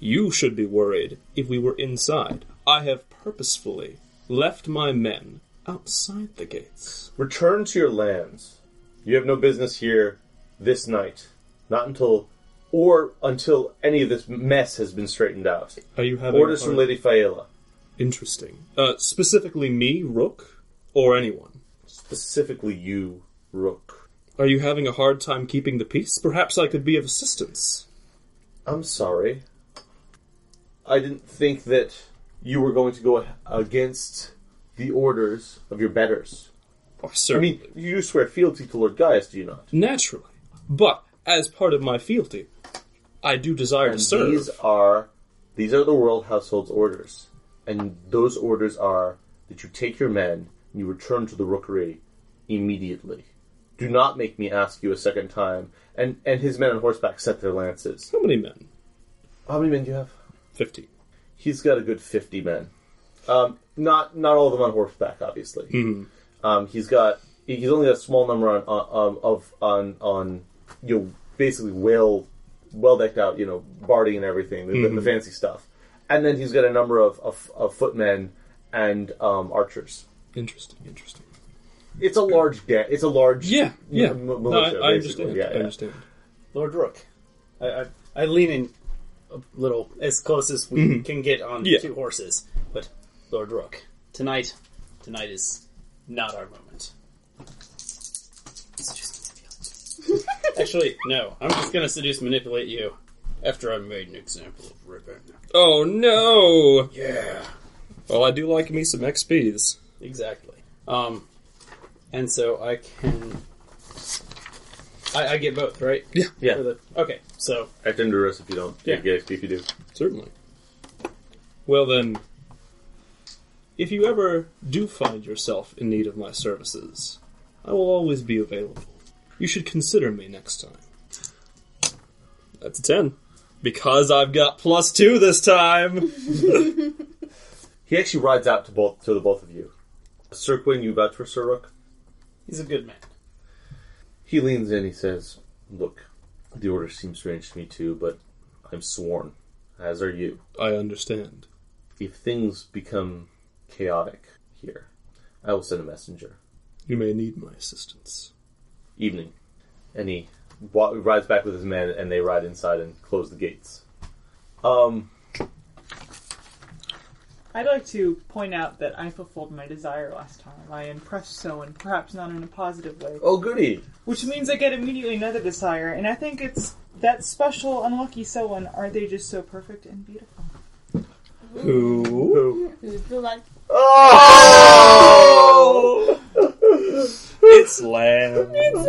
S6: You should be worried if we were inside. I have purposefully left my men outside the gates.
S1: Return to your lands. You have no business here this night. Not until. Or until any of this mess has been straightened out.
S6: Are you having
S1: Orders
S6: a
S1: from
S6: hard-
S1: Lady Faela.
S6: Interesting. Uh, specifically, me, Rook, or anyone.
S1: specifically you, Rook.
S6: Are you having a hard time keeping the peace? Perhaps I could be of assistance.
S1: I'm sorry. I didn't think that you were going to go against the orders of your betters.
S6: Or
S1: I
S6: certainly.
S1: mean, you do swear fealty to Lord Gaius, do you not?
S6: Naturally. But as part of my fealty, I do desire to
S1: And
S6: serve.
S1: these are these are the world household's orders, and those orders are that you take your men and you return to the rookery immediately. Do not make me ask you a second time. And and his men on horseback set their lances.
S6: How many men?
S1: How many men do you have?
S6: Fifty.
S1: He's got a good fifty men. Um, not not all of them on horseback, obviously. Um, he's got he's only got a small number on, on um, of on on you know basically well well decked out, you know, barding and everything, the, the, the fancy stuff. And then he's got a number of of, of footmen and um, archers.
S6: Interesting, interesting.
S1: It's a large ga- It's a large
S6: Yeah, yeah.
S1: M-
S6: No,
S1: militia,
S6: I, I
S1: basically.
S6: understand.
S1: Yeah,
S6: I
S1: yeah.
S6: understand.
S8: Lord Rook. I, I, I lean in a little as close as we can get on
S6: Mm-hmm. Yeah.
S8: two horses, but Lord Rook, tonight, tonight is not our moment. Seduce, manipulate. Actually, no. I'm just gonna seduce, manipulate you after I've made an example of Ribbon.
S6: Oh no!
S8: Yeah.
S6: Well, I do like me some XP's.
S8: Exactly. Um, and so I can. I, I get both, right?
S6: Yeah.
S1: Yeah.
S8: For the- okay, so
S1: Act under arrest if you don't.
S8: Yeah.
S1: Yeah, yeah if you do.
S6: Certainly. Well, then, if you ever do find yourself in need of my services, I will always be available. You should consider me next time. That's a 10. Because I've got plus 2 this time!
S1: He actually rides out to both to the both of you. Sir Quinn, you vouch for Sir Rook?
S8: he's a good man.
S1: He leans in, he says, Look, the order seems strange to me too, but I'm sworn, as are you.
S6: I understand.
S1: If things become chaotic here, I will send a messenger.
S6: You may need my assistance.
S1: Evening. And he wa- rides back with his men, and they ride inside and close the gates. Um,
S3: I'd like to point out that I fulfilled my desire last time. I impressed someone, perhaps not in a positive way,
S1: oh, goody!
S3: which means I get immediately another desire, and I think it's that special unlucky someone. Are they just so perfect and beautiful?
S6: Who?
S1: Oh!
S6: It's Lamb.
S5: It's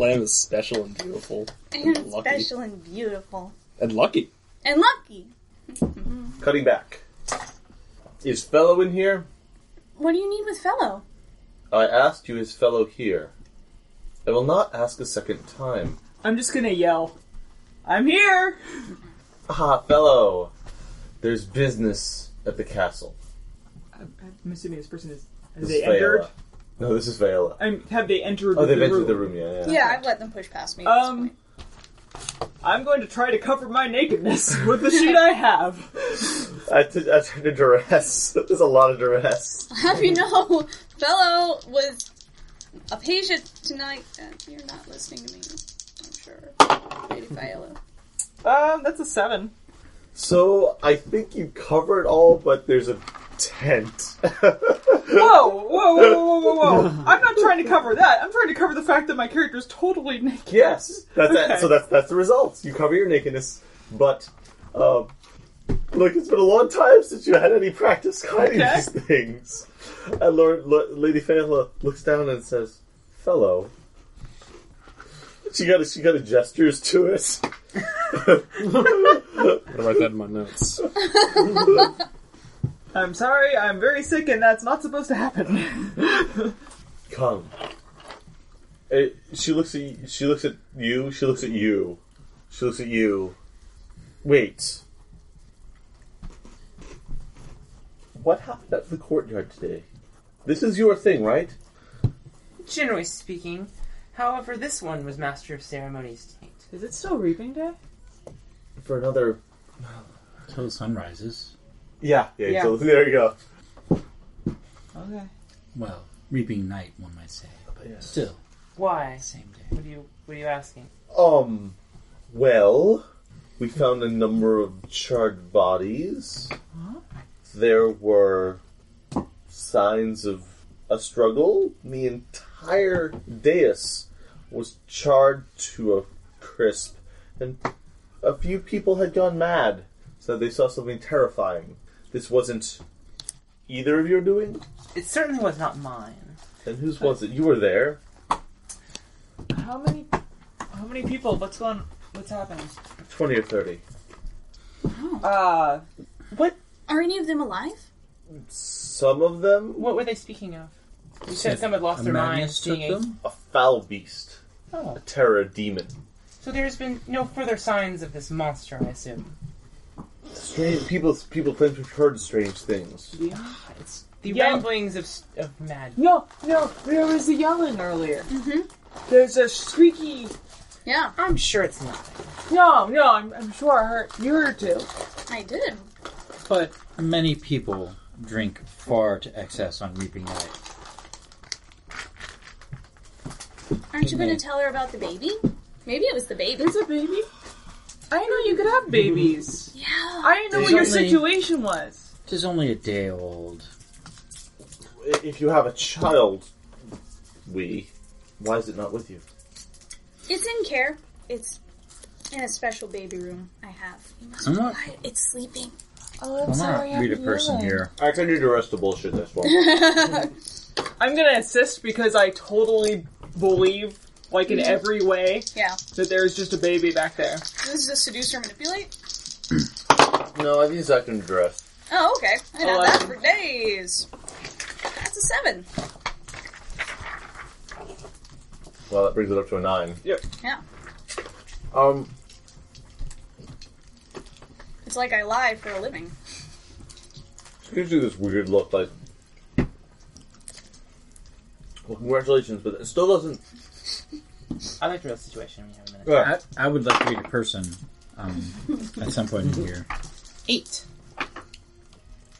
S6: Lamb is special and beautiful.
S5: Lamb!
S6: Lucky.
S5: Special and beautiful.
S6: And lucky.
S5: And lucky.
S1: Cutting back. Is fellow in here?
S5: What do you need with fellow?
S1: I asked you, is fellow here? I will not ask a second time.
S3: I'm just gonna yell. I'm here.
S1: Ah, fellow! There's business at the castle.
S3: I'm, I'm assuming this person is. Have
S1: This
S3: they
S1: is Viola.
S3: entered?
S1: No, this is Viola.
S3: I'm, have they entered?
S1: Oh, they've
S3: the
S1: entered
S3: room?
S1: the room, yeah, yeah.
S5: Yeah, I've let them push past me. at this
S3: Um,
S5: point.
S3: I'm going to try to cover my nakedness with the sheet I have.
S1: I, t- I turned to duress. There's a lot of duress.
S5: Have you know, fellow was a patient tonight. Uh, you're not listening to me, I'm sure. Lady Viola.
S3: Um, that's a seven.
S1: So, I think you covered all, but there's a tent.
S3: Whoa, whoa, whoa, whoa, whoa, whoa! I'm not trying to cover that. I'm trying to cover the fact that my character is totally naked.
S1: yes, that's
S3: Okay.
S1: it. So that's that's the result. You cover your nakedness, but um, look, it's been a long time since you had any practice hiding
S3: Okay.
S1: these things. And Lord, Lo- Lady Fela looks down and says, "Fellow." She got a, she got a gestures to it.
S6: I'm gonna write that in my notes.
S3: I'm sorry, I'm very sick, and that's not supposed to happen.
S1: Come. It, she looks at she looks at you. She looks at you. She looks at you. Wait. What happened at the courtyard today? This is your thing, right?
S2: Generally speaking, however, this one was master of ceremonies tonight.
S3: is it still reaping day?
S1: For another.
S4: Till the sun rises.
S1: Yeah. Yeah.
S3: Yeah.
S1: So there you go.
S3: Okay.
S4: Well, reaping night, one might say. But still,
S2: Why?
S4: same day.
S2: What are you What are you asking?
S1: Um. Well, we found a number of charred bodies. There were signs of a struggle. The entire dais was charred to a crisp, and a few people had gone mad, so they saw something terrifying. This wasn't either of your doing.
S2: It certainly was not mine.
S1: And whose was it? You were there.
S3: How many? How many people? What's going? What's happening?
S1: 20 or 30.
S3: Uh,
S5: Are any of them alive?
S1: Some of them
S2: What were they speaking of? You said some had lost their minds.
S4: took
S2: Being a-
S4: them.
S1: a foul beast,
S2: Oh.
S1: a terror demon.
S2: So there's been no further signs of this monster, I assume.
S1: Strange people. People claim to have heard strange things.
S2: It's the
S3: Yeah.
S2: ramblings of, s- of mad.
S3: No, no, there was a yelling earlier. Mm-hmm. There's a squeaky.
S5: Yeah,
S2: I'm sure it's nothing.
S3: No, no, I'm, I'm sure I heard you heard too.
S5: I did.
S4: But many people drink far to excess on reaping night.
S5: Aren't you
S4: Good
S5: going to
S4: night.
S5: tell her about the baby? Maybe it was the baby.
S3: There's a baby. I didn't know you could have babies.
S5: Yeah.
S3: I didn't know what your
S4: Certainly.
S3: situation was.
S4: It is only a day old.
S1: If you have a child, we. Why is it not with you?
S5: It's in care. It's in a special baby room I have. You must
S4: I'm
S5: be
S4: not-
S5: quiet. It's sleeping.
S3: Oh,
S4: I'm not read a person here.
S1: I can do the rest of bullshit. That's why.
S3: I'm gonna assist because I totally believe, like in every way,
S5: Yeah.
S3: that there's just a baby back there.
S5: This is a seducer manipulate?
S1: no, I think it's acting to dress.
S5: Oh, okay. I had that
S3: Eleven.
S5: for days. That's a seven.
S1: Well, that brings it up to a nine.
S5: Yeah.
S1: Um,
S5: It's like I lie for a living.
S1: it gives you this weird look, like. Well, congratulations, but it still doesn't.
S2: I like the real situation when you have a minute.
S4: I, I would like to read a person um, at some point in here.
S2: Eight.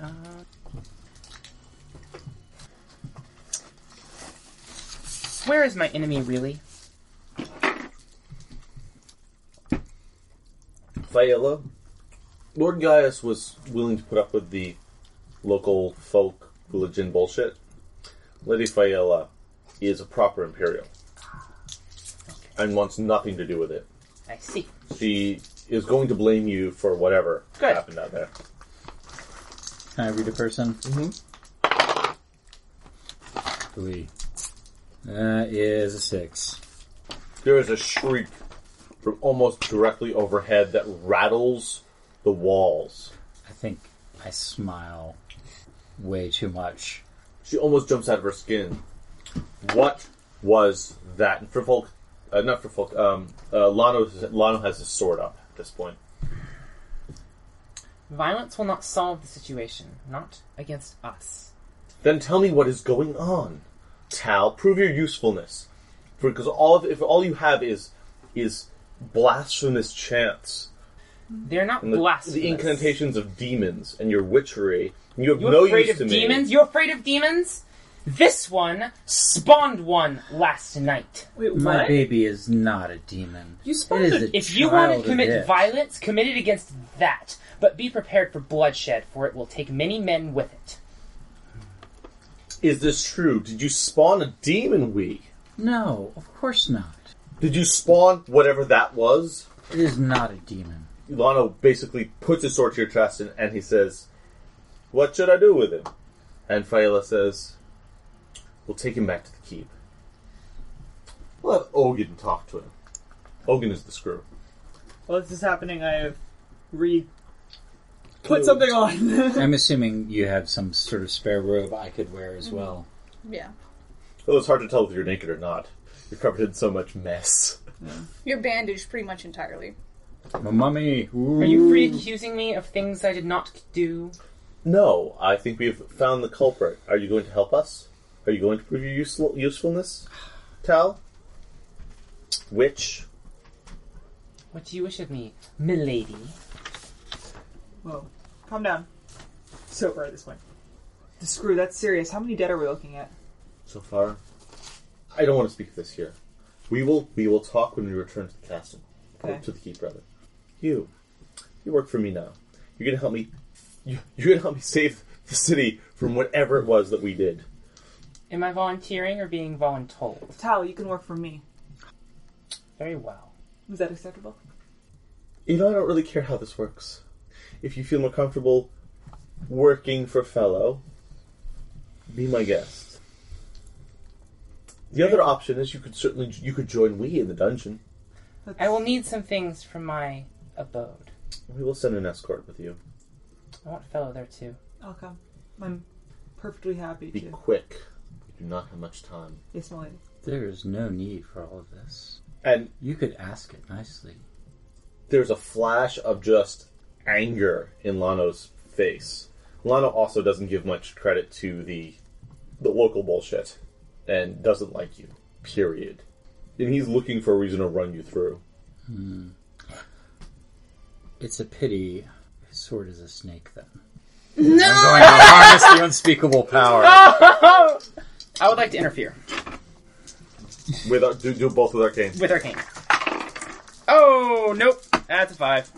S2: Uh, where is my enemy really?
S1: Faela. Lord Gaius was willing to put up with the local folk religion bullshit. Lady Faela is a proper imperial and wants nothing to do with it.
S2: I see.
S1: She is going to blame you for whatever
S2: Good.
S1: happened out there.
S4: Can I read a person? Three. That is a six.
S1: There is a shriek from almost directly overhead that rattles the walls.
S4: I think I smile way too much.
S1: She almost jumps out of her skin. What was that? And Frivolk, uh, not Frivolk, um, uh, Lano, Lano has his sword up at this point.
S2: Violence will not solve the situation, not against us.
S1: Then tell me what is going on. Tal, prove your usefulness. For, because all of, if all you have is is blasphemous chants
S2: They're not
S1: and the,
S2: blasphemous.
S1: the incantations of demons and your witchery, you have
S2: You're
S1: no
S2: afraid
S1: use
S2: of
S1: to me.
S2: demons? You're afraid of demons? This one spawned one last night.
S3: Wait,
S4: My
S3: what?
S4: baby is not a demon.
S3: You
S4: It
S3: spawned
S4: is
S3: a
S4: a
S2: If you want
S4: child
S2: to
S4: it
S2: commit
S4: is.
S2: violence, commit it against that. But be prepared for bloodshed, for it will take many men with it.
S1: Is this true? Did you spawn a demon we?
S4: No, of course not.
S1: Did you spawn whatever that was?
S4: It is not a demon.
S1: Lano basically puts his sword to your chest and, and he says, What should I do with him? And Faela says, We'll take him back to the keep. We'll have Ogun talk to him. Ogun is the screw.
S3: While this is happening, I have re put something on.
S4: I'm assuming you have some sort of spare robe I could wear as well.
S5: Yeah.
S1: Though it's hard to tell if you're naked or not. You're covered in so much mess.
S5: You're bandaged pretty much entirely.
S4: My mummy.
S2: Mm-hmm. Are you free accusing me of things I did not do?
S1: No, I think we've found the culprit. Are you going to help us? Are you going to prove your useful- usefulness, Tal? Which?
S2: What do you wish of me, milady?
S3: Whoa, calm down. So far at this point. The screw. That's serious. How many dead are we looking at?
S1: so far. I don't want to speak of this here. We will we will talk when we return to the castle. Or
S3: Okay.
S1: To the keep, rather. You, you work for me now. You're gonna help me. You, you're gonna help me save the city from whatever it was that we did.
S2: Am I volunteering or being voluntold?
S3: Tal, you can work for me.
S2: Very well.
S3: Is that acceptable?
S1: You know, I don't really care how this works. If you feel more comfortable working for fellow, be my guest. The other option is you could certainly you could join we in the dungeon.
S2: I will need some things from my abode.
S1: We will send an escort with you.
S2: I want fellow there too.
S3: I'll come. I'm perfectly happy
S1: Be
S3: to.
S1: quick. We do not have much time.
S3: Yes, my lady.
S4: There is no need for all of this.
S1: And
S4: You could ask it nicely.
S1: there's a flash of just anger in Lano's face. Lano also doesn't give much credit to the the local bullshit and doesn't like you. Period. And he's looking for a reason to run you through.
S10: It's a pity. His sword is a snake, then. No! I'm going to harness the unspeakable power.
S2: I would like to interfere
S1: With our, do, do both with arcane.
S2: with Arcane. Oh, nope. That's a five.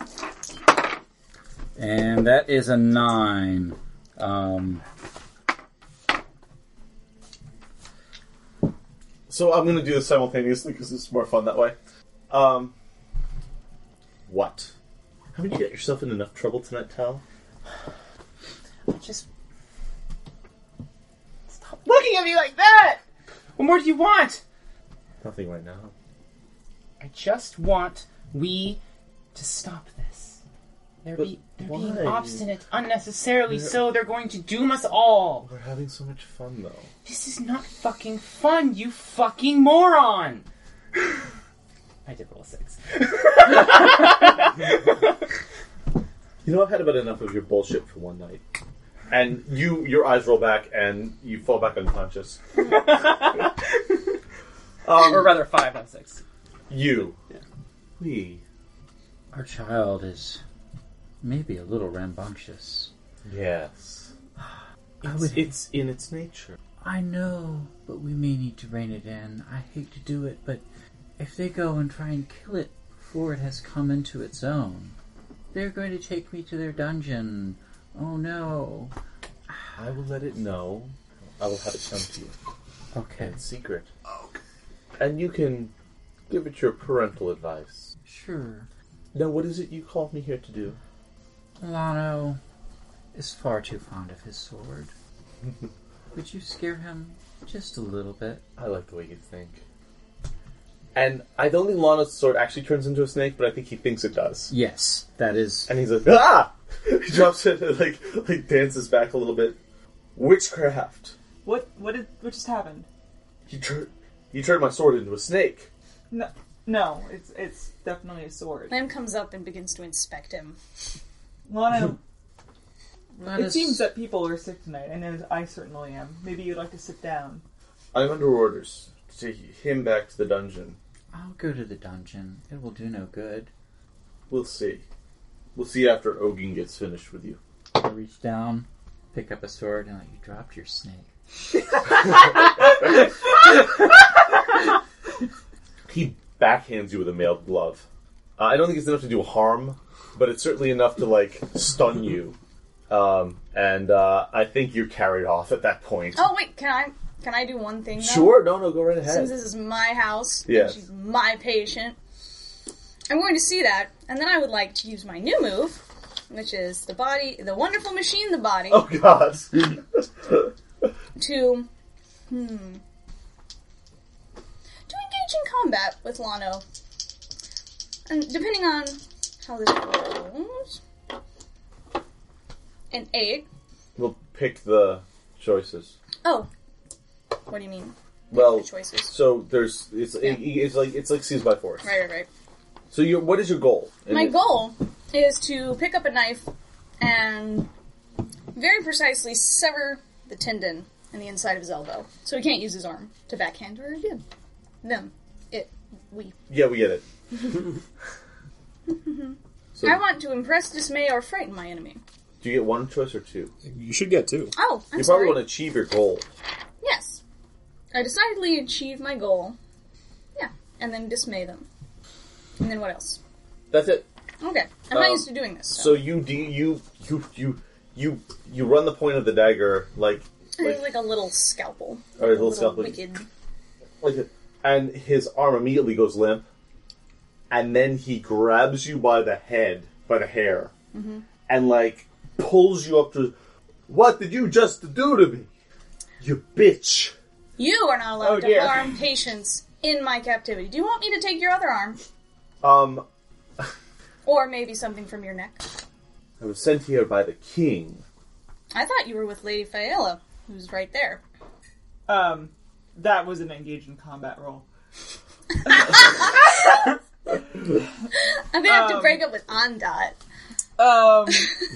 S10: And that is a nine. Um,
S1: So I'm going to do this simultaneously because it's more fun that way. Um, what? Haven't you got yourself in enough trouble tonight, Tal?
S2: I just. Stop looking at me like that! What more do you want?
S1: Nothing right now.
S2: I just want we to stop this. They're, be, they're being
S1: why?
S2: obstinate unnecessarily, so they're going to doom us all.
S1: We're having so much fun, though.
S2: This is not fucking fun, you fucking moron! I did roll a six.
S1: You know, I've had about enough of your bullshit for one night. And you, your eyes roll back, and you fall back unconscious.
S2: or rather, five out of six.
S1: You, we,
S10: our child is maybe a little rambunctious.
S1: yes.
S10: I would-
S1: It's in its nature.
S10: I know, but we may need to rein it in. I hate to do it, but if they go and try and kill it before it has come into its own, they're going to take me to their dungeon. Oh no.
S1: I will let it know. I will have it come to you
S10: Okay,
S1: in secret. And you can give it your parental advice.
S10: sure.
S1: Now, what is it you called me here to do?
S10: Lano is far too fond of his sword. Would you scare him just a little bit?
S1: I like the way you think. And I don't think Lana's sword actually turns into a snake, but I think he thinks it does.
S10: Yes, that is.
S1: And he's like, ah! He drops it and like, like dances back a little bit. Witchcraft.
S3: What? What did? What just happened?
S1: You turned you turned my sword into a snake.
S3: No, no. It's it's definitely a sword.
S5: Lamb comes up and begins to inspect him.
S3: Lana, it
S10: Lana's-
S3: seems that people are sick tonight, and I certainly am. Maybe you'd like to sit down.
S1: I'm under orders to take him back to the dungeon.
S10: I'll go to the dungeon. It will do no good.
S1: We'll see. We'll see after Ogin gets finished with you.
S10: I reach down, pick up a sword, and like, you dropped your snake.
S1: He backhands you with a mailed glove. Uh, I don't think it's enough to do harm, but it's certainly enough to like stun you. Um, and uh, I think you're carried off at that point.
S5: Oh wait, can I can I do one thing? Though?
S1: Sure, no, no, go right
S5: Since
S1: ahead.
S5: this is my house, and
S1: Yes.
S5: she's my patient. I'm going to see that, and then I would like to use my new move, which is the body, the wonderful machine, the body,
S1: Oh God!
S5: to hmm. To engage in combat with Lano. And depending on how this goes. An eight.
S1: we'll pick the choices.
S5: Oh. What do you mean?
S1: Well,
S5: The choices.
S1: so there's it's it's like it's like seized by force.
S5: Right, right, right.
S1: So your what is your goal?
S5: My goal is to pick up a knife and very precisely sever the tendon in the inside of his elbow, so he can't use his arm to backhand her again. Them, it, we.
S1: Yeah, we get it. so
S5: I want to impress, dismay, or frighten my enemy.
S1: do you get one choice or two?
S6: You should get two.
S5: Oh, I'm
S1: you probably
S5: sorry.
S1: want to achieve your goal.
S5: Yes, I decidedly achieved my goal. Yeah, and then dismay them. And then what else?
S1: That's it.
S5: Okay, I'm not
S1: Um,
S5: used to doing this.
S1: So
S5: So,
S1: you do you you you you you run the point of the dagger like
S5: I
S1: like,
S5: use like a little scalpel,
S1: a
S5: a
S1: little, scalpel,
S5: wicked.
S1: like a- and his arm immediately goes limp, and then he grabs you by the head by the hair,
S3: Mm-hmm.
S1: and like pulls you up to. What did you just do to me, you bitch?
S5: You are not allowed
S1: Oh,
S5: to
S1: dear.
S5: harm patients in my captivity. Do you want me to take your other arm?
S1: Um,
S5: Or maybe something from your neck?
S1: I was sent here by the king.
S5: I thought you were with Lady Faela, who's right there.
S3: Um, that was an engage in combat roll.
S1: Um,
S5: I'm gonna have to break up with Andot.
S3: Um,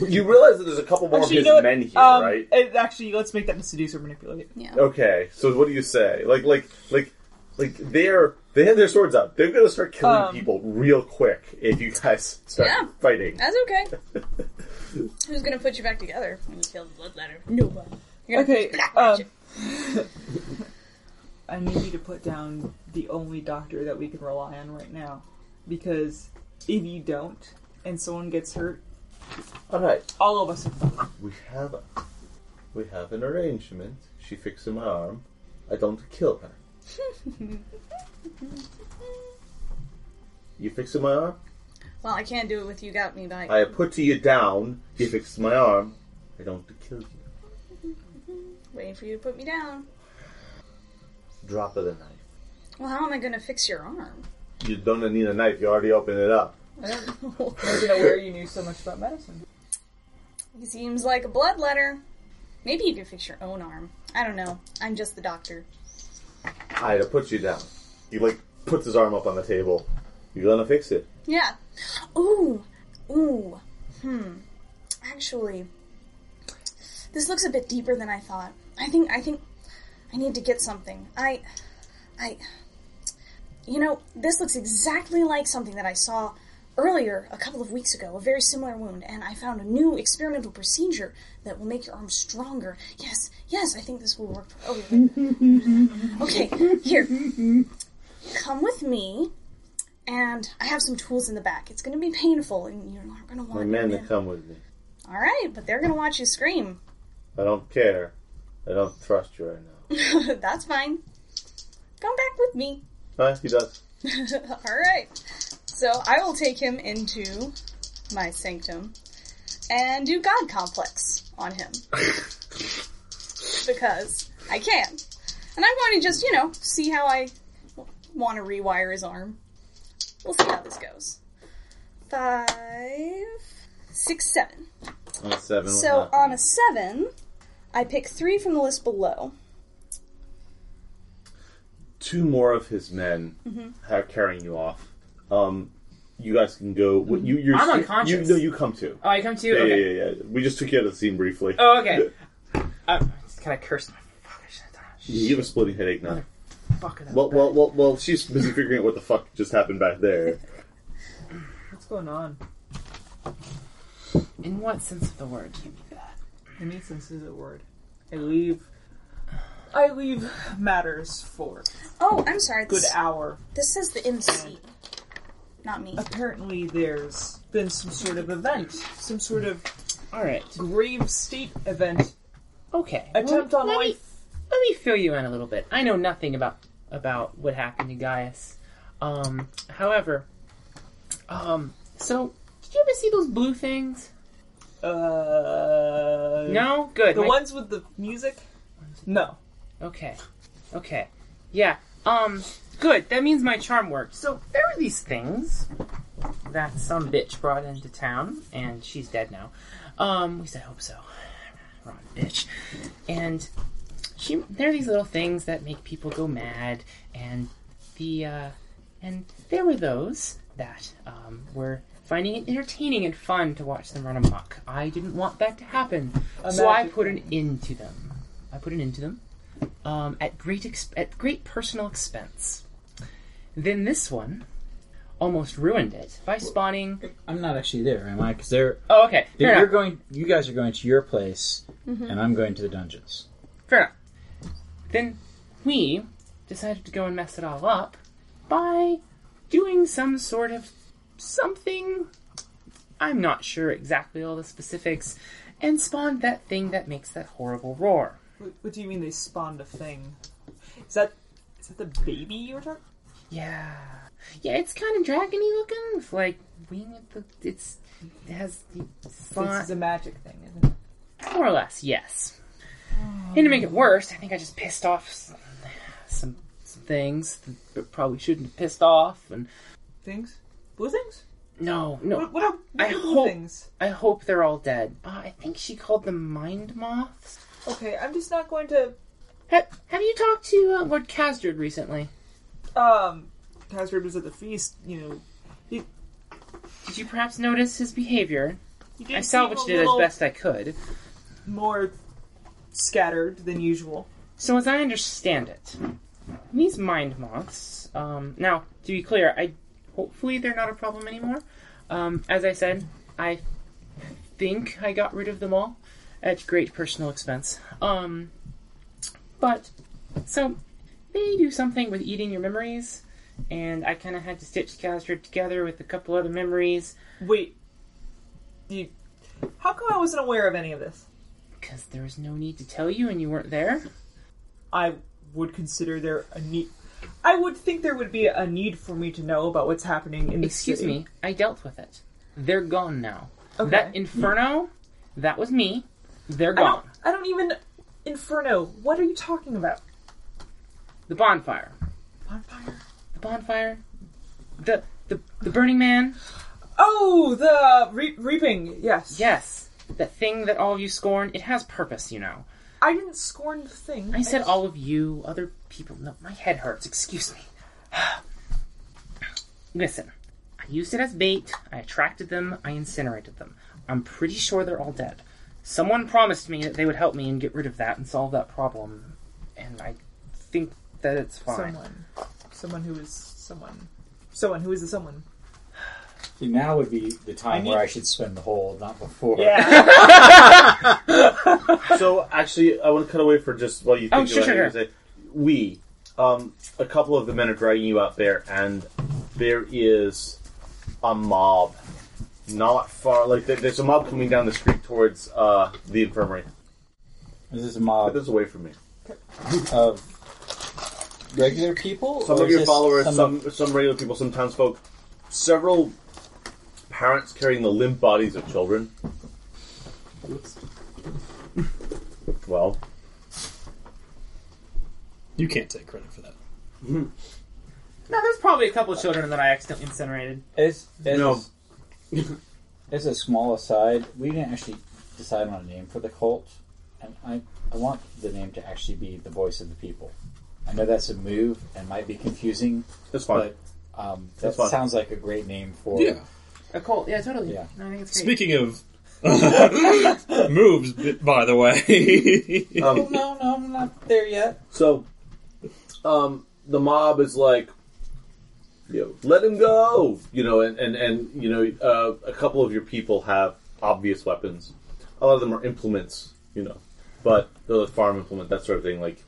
S1: You realize that there's a couple more
S3: actually,
S1: of his
S3: you know what?
S1: men here,
S3: um,
S1: right?
S3: it- actually, let's make that a seduce or manipulate.
S5: Yeah.
S1: Okay, so what do you say? Like, like, like, like they're they have their swords up. They're gonna start killing
S3: Um,
S1: people real quick if you guys start
S5: Yeah.
S1: fighting.
S3: Uh,
S5: That's okay. Who's gonna put you back together when you kill the bloodletter? Nobody. You're gonna
S3: Okay.
S5: black
S3: Um,
S5: magic.
S3: I need you to put down the only doctor that we can rely on right now, because if you don't, and someone gets hurt,
S1: All right,
S3: all of us are fucked.
S1: we have a, we have an arrangement. She fixed my arm. I don't kill her. you fix my arm.
S5: Well, I can't do it with you got me by.
S1: I have put you down. You fix my arm. I don't kill you.
S5: Waiting for you to put me down.
S1: Drop of the knife.
S5: Well, how am I gonna fix your arm?
S1: You don't need a knife. You already opened it up.
S3: I didn't know where you knew so much about medicine.
S5: He seems like a bloodletter. Maybe you could fix your own arm. I don't know. I'm just the doctor.
S1: I had to put you down. He like puts his arm up on the table. You're gonna fix it.
S5: Yeah. Ooh. Ooh. Hmm. Actually, this looks a bit deeper than I thought. I think I think I need to get something. I I You know, this looks exactly like something that I saw earlier a couple of weeks ago, a very similar wound, and I found a new experimental procedure that will make your arm stronger. Yes, yes, I think this will work. Oh, wait. okay, here. Come with me and I have some tools in the back. It's going to be painful, and you're not going to
S1: My
S5: want
S1: men to
S5: it.
S1: come with me.
S5: All right, but they're going to watch you scream.
S1: I don't care. I don't trust you right now.
S5: That's fine. Come back with me.
S1: Huh? He does.
S5: All right. So I will take him into my sanctum and do God complex on him because I can, and I'm going to just you know see how I want to rewire his arm. We'll see how this goes. Five, six, seven.
S1: On a seven. what
S5: So
S1: happened?
S5: on a seven, I pick three from the list below.
S1: two more of his men
S2: Mm-hmm.
S1: are carrying you off. Um, you guys can go. what- You, you're,
S2: I'm
S1: you-
S2: unconscious.
S1: You, no, you come too.
S2: Oh, I come to you.
S1: Yeah,
S2: okay.
S1: yeah, yeah, yeah. We just took you out of the scene briefly.
S2: Oh, okay. I just kind of cursed my fuck. I should have done it.
S1: You have a splitting headache now.
S2: Fuck it.
S1: Well, well, well, well. She's busy figuring out what the fuck just happened back there.
S3: What's going on?
S2: In what sense of the word do you mean that?
S3: In any sense is a word. I leave. I leave matters for
S5: Oh, I'm sorry.
S3: a good
S5: This,
S3: hour.
S5: this says the MC, not me.
S3: Apparently, there's been some sort of event, some sort of
S2: All right.
S3: grave state event
S2: Okay.
S3: attempt
S2: Well,
S3: on
S2: let me-
S3: life.
S2: let me fill you in a little bit. I know nothing about about what happened to Gaius. Um, however, um, so did you ever see those blue things?
S3: Uh,
S2: No, good.
S3: The
S2: My-
S3: ones with the music? No.
S2: Okay, okay, yeah. Um, good. That means my charm worked. So there were these things that some bitch brought into town, and she's dead now. Um, at least I hope so. Ron, bitch. And she, there are these little things that make people go mad, and the, uh, and there were those that um, were finding it entertaining and fun to watch them run amok. I didn't want that to happen, so I put an end to them. I put an end to them um, at great exp- at great personal expense. Then this one almost ruined it by spawning.
S4: I'm not actually there, am I? Because they're
S2: Oh, okay. Fair
S4: you're
S2: enough.
S4: going. You guys are going to your place, and I'm going to the dungeons.
S2: Fair enough. Then we decided to go and mess it all up by doing some sort of something. I'm not sure exactly all the specifics, and spawned that thing that makes that horrible roar.
S3: What, what do you mean they spawned a thing? Is that is that the baby you were talking?
S2: Yeah, yeah, it's kind of dragony looking. It's like wing at the. It's it has the
S3: This
S2: slot,
S3: is a magic thing, isn't it?
S2: more or less. Yes. And to make it worse, I think I just pissed off s- some some things that probably shouldn't have pissed off, and
S3: Things? Blue things?
S2: No, no.
S3: What, what, are- what
S2: I
S3: are blue
S2: hope-
S3: things?
S2: I hope they're all dead. Uh, I think she called them mind moths.
S3: Okay, I'm just not going to.
S2: Have, have you talked to uh, Lord Casdard recently?
S3: Um, Casper was at the feast, you know.
S2: Did you perhaps notice his behavior?
S3: You did
S2: I
S3: seem
S2: salvaged
S3: a
S2: it as
S3: little
S2: best I could.
S3: More scattered than usual.
S2: So as I understand it, these mind moths. Um, now, to be clear, I hopefully they're not a problem anymore. Um, as I said, I think I got rid of them all at great personal expense. Um, but so they do something with eating your memories, and I kind of had to stitch Castor together with a couple other memories
S3: Wait. You. How come I wasn't aware of any of this?
S2: because there was no need to tell you, and you weren't there.
S3: I would consider there a need. I would think there would be a need for me to know about what's happening in the
S2: Excuse
S3: city.
S2: me, I dealt with it. They're gone now.
S3: Okay.
S2: That Inferno, that was me. They're
S3: I don't.
S2: gone.
S3: I don't even. Inferno. What are you talking about?
S2: The bonfire.
S3: Bonfire.
S2: The bonfire. The the the Burning Man.
S3: Oh, the re- reaping. Yes.
S2: Yes. That thing that all of you scorn. It has purpose, you know.
S3: I didn't scorn the thing.
S2: I said
S3: just-
S2: all of you, other people. No, my head hurts. Excuse me. Listen, I used it as bait. I attracted them. I incinerated them. I'm pretty sure they're all dead. Someone promised me that they would help me and get rid of that and solve that problem, and I think that it's fine.
S3: someone. Someone who is someone. Someone who is a someone.
S4: See, now would be the time
S3: I need-
S4: where I should spend the whole, not before.
S3: Yeah.
S1: so actually, I want to cut away for just while you think
S2: Oh, sure,
S1: about
S2: sure,
S1: it. and
S2: sure.
S1: say, We, um, a couple of the men are dragging you out there, and there is a mob not far. Like there- there's a mob coming down the street towards uh, the infirmary.
S4: Is this a
S1: Put Uh,
S4: mob
S1: this away from me.
S4: of regular people?
S1: Some
S4: or
S1: of
S4: is
S1: your
S4: this
S1: followers,
S4: some,
S1: some some regular people, some townsfolk, several parents carrying the limp bodies of children. Well,
S6: You can't take credit for that.
S2: No, there's probably a couple of children that I accidentally incinerated.
S4: As, as,
S1: No.
S4: as a small aside, we didn't actually decide on a name for the cult, and I, I want the name to actually be the voice of the people. I know that's a move and might be confusing,
S1: that's fine.
S4: but um, that
S1: That's fine.
S4: sounds like a great name for.
S6: Yeah.
S2: A cult, yeah, totally.
S4: Yeah.
S2: No, I think it's great.
S6: Speaking of moves, b- by the way,
S1: Uh,
S4: Oh, no, no, I'm not there yet.
S1: So, um, the mob is like, you know, let him go, you know, and, and, and you know, uh, a couple of your people have obvious weapons. A lot of them are implements, you know, but the farm implement, that sort of thing, like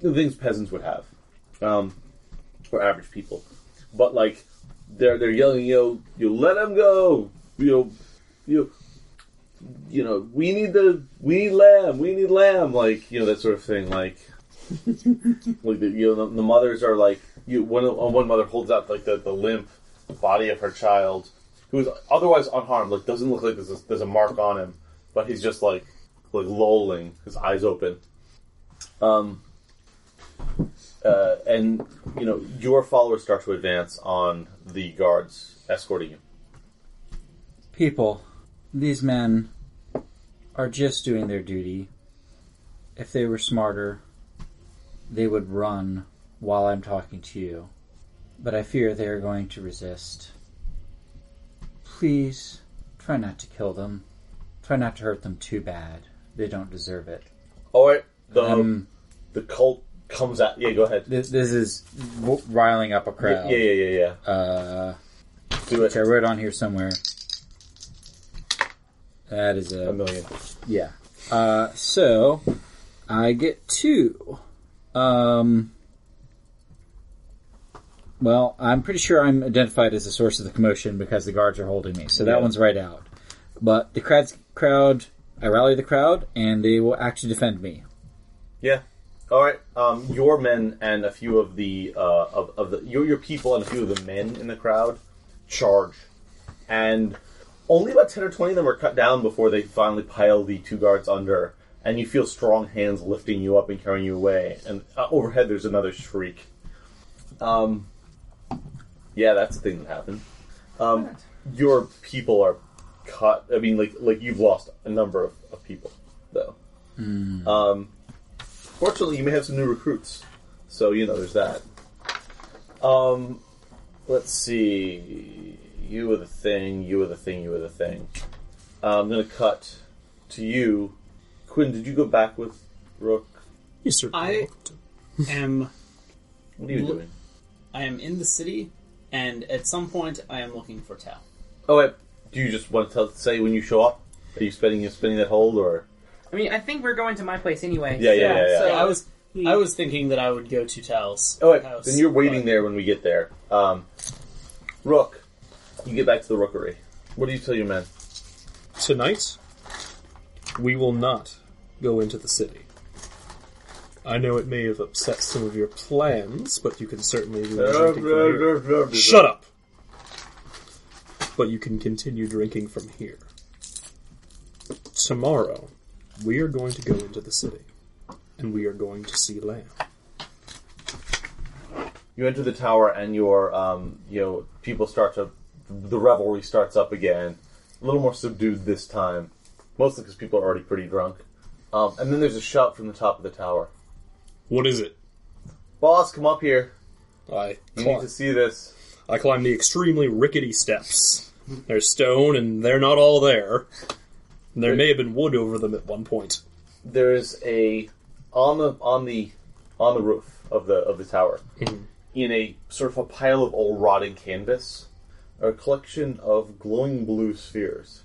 S1: the things peasants would have, um, or average people. But like, they're they're yelling, you know, you let him go, you know, you. You know, we need the we need lamb, we need lamb, like you know that sort of thing. Like, like the, you know the, the mothers are like you one uh, one mother holds out like the, the limp body of her child who is otherwise unharmed like doesn't look like there's a, there's a mark on him but he's just like like lolling his eyes open um uh, and you know your followers start to advance on the guards escorting you
S4: People, these men are just doing their duty. If they were smarter, they would run while I'm talking to you. But I fear they are going to resist. Please try not to kill them. Try not to hurt them too bad. They don't deserve it.
S1: all right the
S4: Um,
S1: the cult comes out yeah go ahead
S4: this, this is w- riling up a
S1: yeah
S4: crowd.
S1: yeah yeah yeah
S4: Uh,
S1: do
S4: which
S1: it
S4: I wrote on here somewhere. That is
S1: a million
S4: Yeah. Uh, so I get two. Um, well, I'm pretty sure I'm identified as the source of the commotion because the guards are holding me, so that
S1: Yeah.
S4: one's right out. But the crowd's, crowd, I rally the crowd, and they will actually defend me.
S1: Yeah. All right. Um, your men and a few of the uh, of, of the your your people and a few of the men in the crowd charge, and only about ten or twenty of them are cut down before they finally pile the two guards under. And you feel strong hands lifting you up and carrying you away. And uh, overhead, there's another shriek. Um, yeah, that's the thing that happened. Um, your people are cut. I mean, like like you've lost a number of, of people though. Um, Fortunately, you may have some new recruits, so you know there's that. Um, let's see. You were the thing. You were the thing. You were the thing. Uh, I'm going to cut to you. Quinn, did you go back with Rook?
S6: You certainly
S8: I-
S6: looked.
S8: Am
S1: What are you
S8: Look-
S1: doing?
S8: I am in the city, and at some point I am looking for Tao.
S1: Oh, wait. Do you just want to tell, say when you show up? Are you spending you spinning that hold or?
S2: I mean, I think we're going to my place anyway.
S1: Yeah, yeah, yeah. yeah.
S8: So I was I was thinking that I would go to Tao's
S1: oh, wait.
S8: house.
S1: Then you're waiting there when we get there. Um, Rook, you get back to the rookery. What do you tell your men?
S6: Tonight, we will not go into the city. I know it may have upset some of your plans, but you can certainly be
S1: Uh,
S6: drinking from here. Shut up! But you can continue drinking from here. Tomorrow, we are going to go into the city, and we are going to see Lamb.
S1: you enter the tower and your um, you know people start to the revelry starts up again a little more subdued this time mostly because people are already pretty drunk um, and then there's a shout from the top of the tower
S6: What is it?
S1: boss come up here
S6: I
S1: you need
S6: climb.
S1: to see this
S6: I climb the extremely rickety steps. They're stone, and they're not all there. There may have been wood over them at one point.
S1: there's a on the on the on the roof of the of the tower in a sort of a pile of old rotting canvas a collection of glowing blue spheres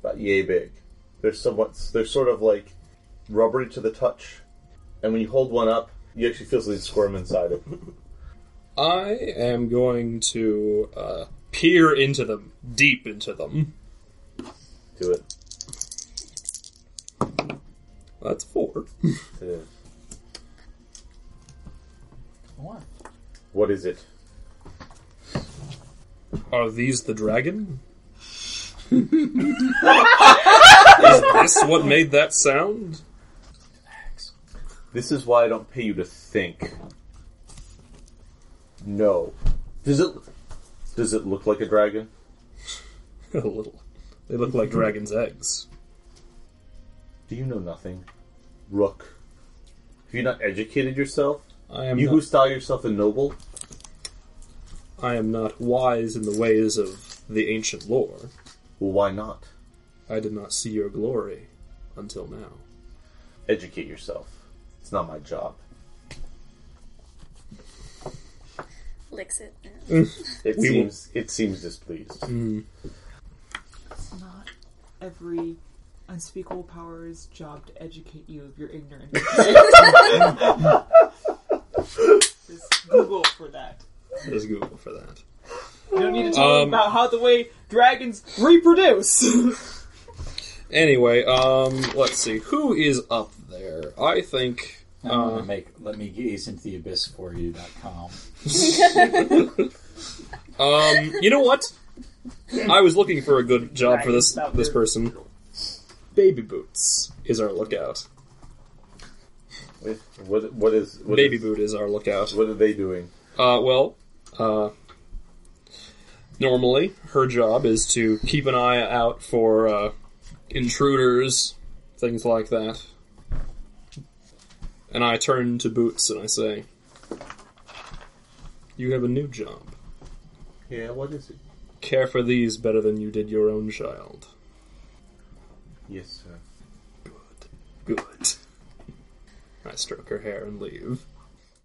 S1: about yay big they're somewhat they're sort of like rubbery to the touch and when you hold one up you actually feel something squirm inside it
S6: I am going to uh, peer into them, deep into them.
S1: to it
S6: That's four.
S1: To-
S10: What?
S1: what is it
S6: Are these the dragon? Is this what made that sound?
S1: this is why i don't pay you to think no does it does it look like a dragon
S6: A little. They look like dragon's eggs.
S1: Do you know nothing, Rook? Have you not educated yourself?
S6: I am
S1: you
S6: not,
S1: who style yourself a noble?
S6: I am not wise in the ways of the ancient lore.
S1: Well, why not?
S6: I did not see your glory until now.
S1: Educate yourself. It's not my job.
S5: Licks it.
S1: It
S6: We will-
S1: seems it seems displeased.
S3: Not every unspeakable power's job to educate you of your ignorance. Just Google for that.
S6: There's Google for that.
S3: You don't need to tell
S6: Um,
S3: me about how the way dragons reproduce.
S6: Anyway, um, let's see. Who is up there? I think.
S4: I'm gonna make let me gaze into the abyss for you.com.
S6: Um, you know what? I was looking for a good job for this this person. Baby Boots is our lookout.
S1: Wait, What what is what
S6: Baby
S1: is-
S6: Boot is our lookout.
S1: What are they doing?
S6: Uh, well, uh, normally her job is to keep an eye out for uh, intruders, things like that. And I turn to Boots and I say, "You have a new job.
S1: Yeah, what is it?
S6: Care for these better than you did your own child."
S1: Yes, sir.
S6: Good. I stroke her hair and leave.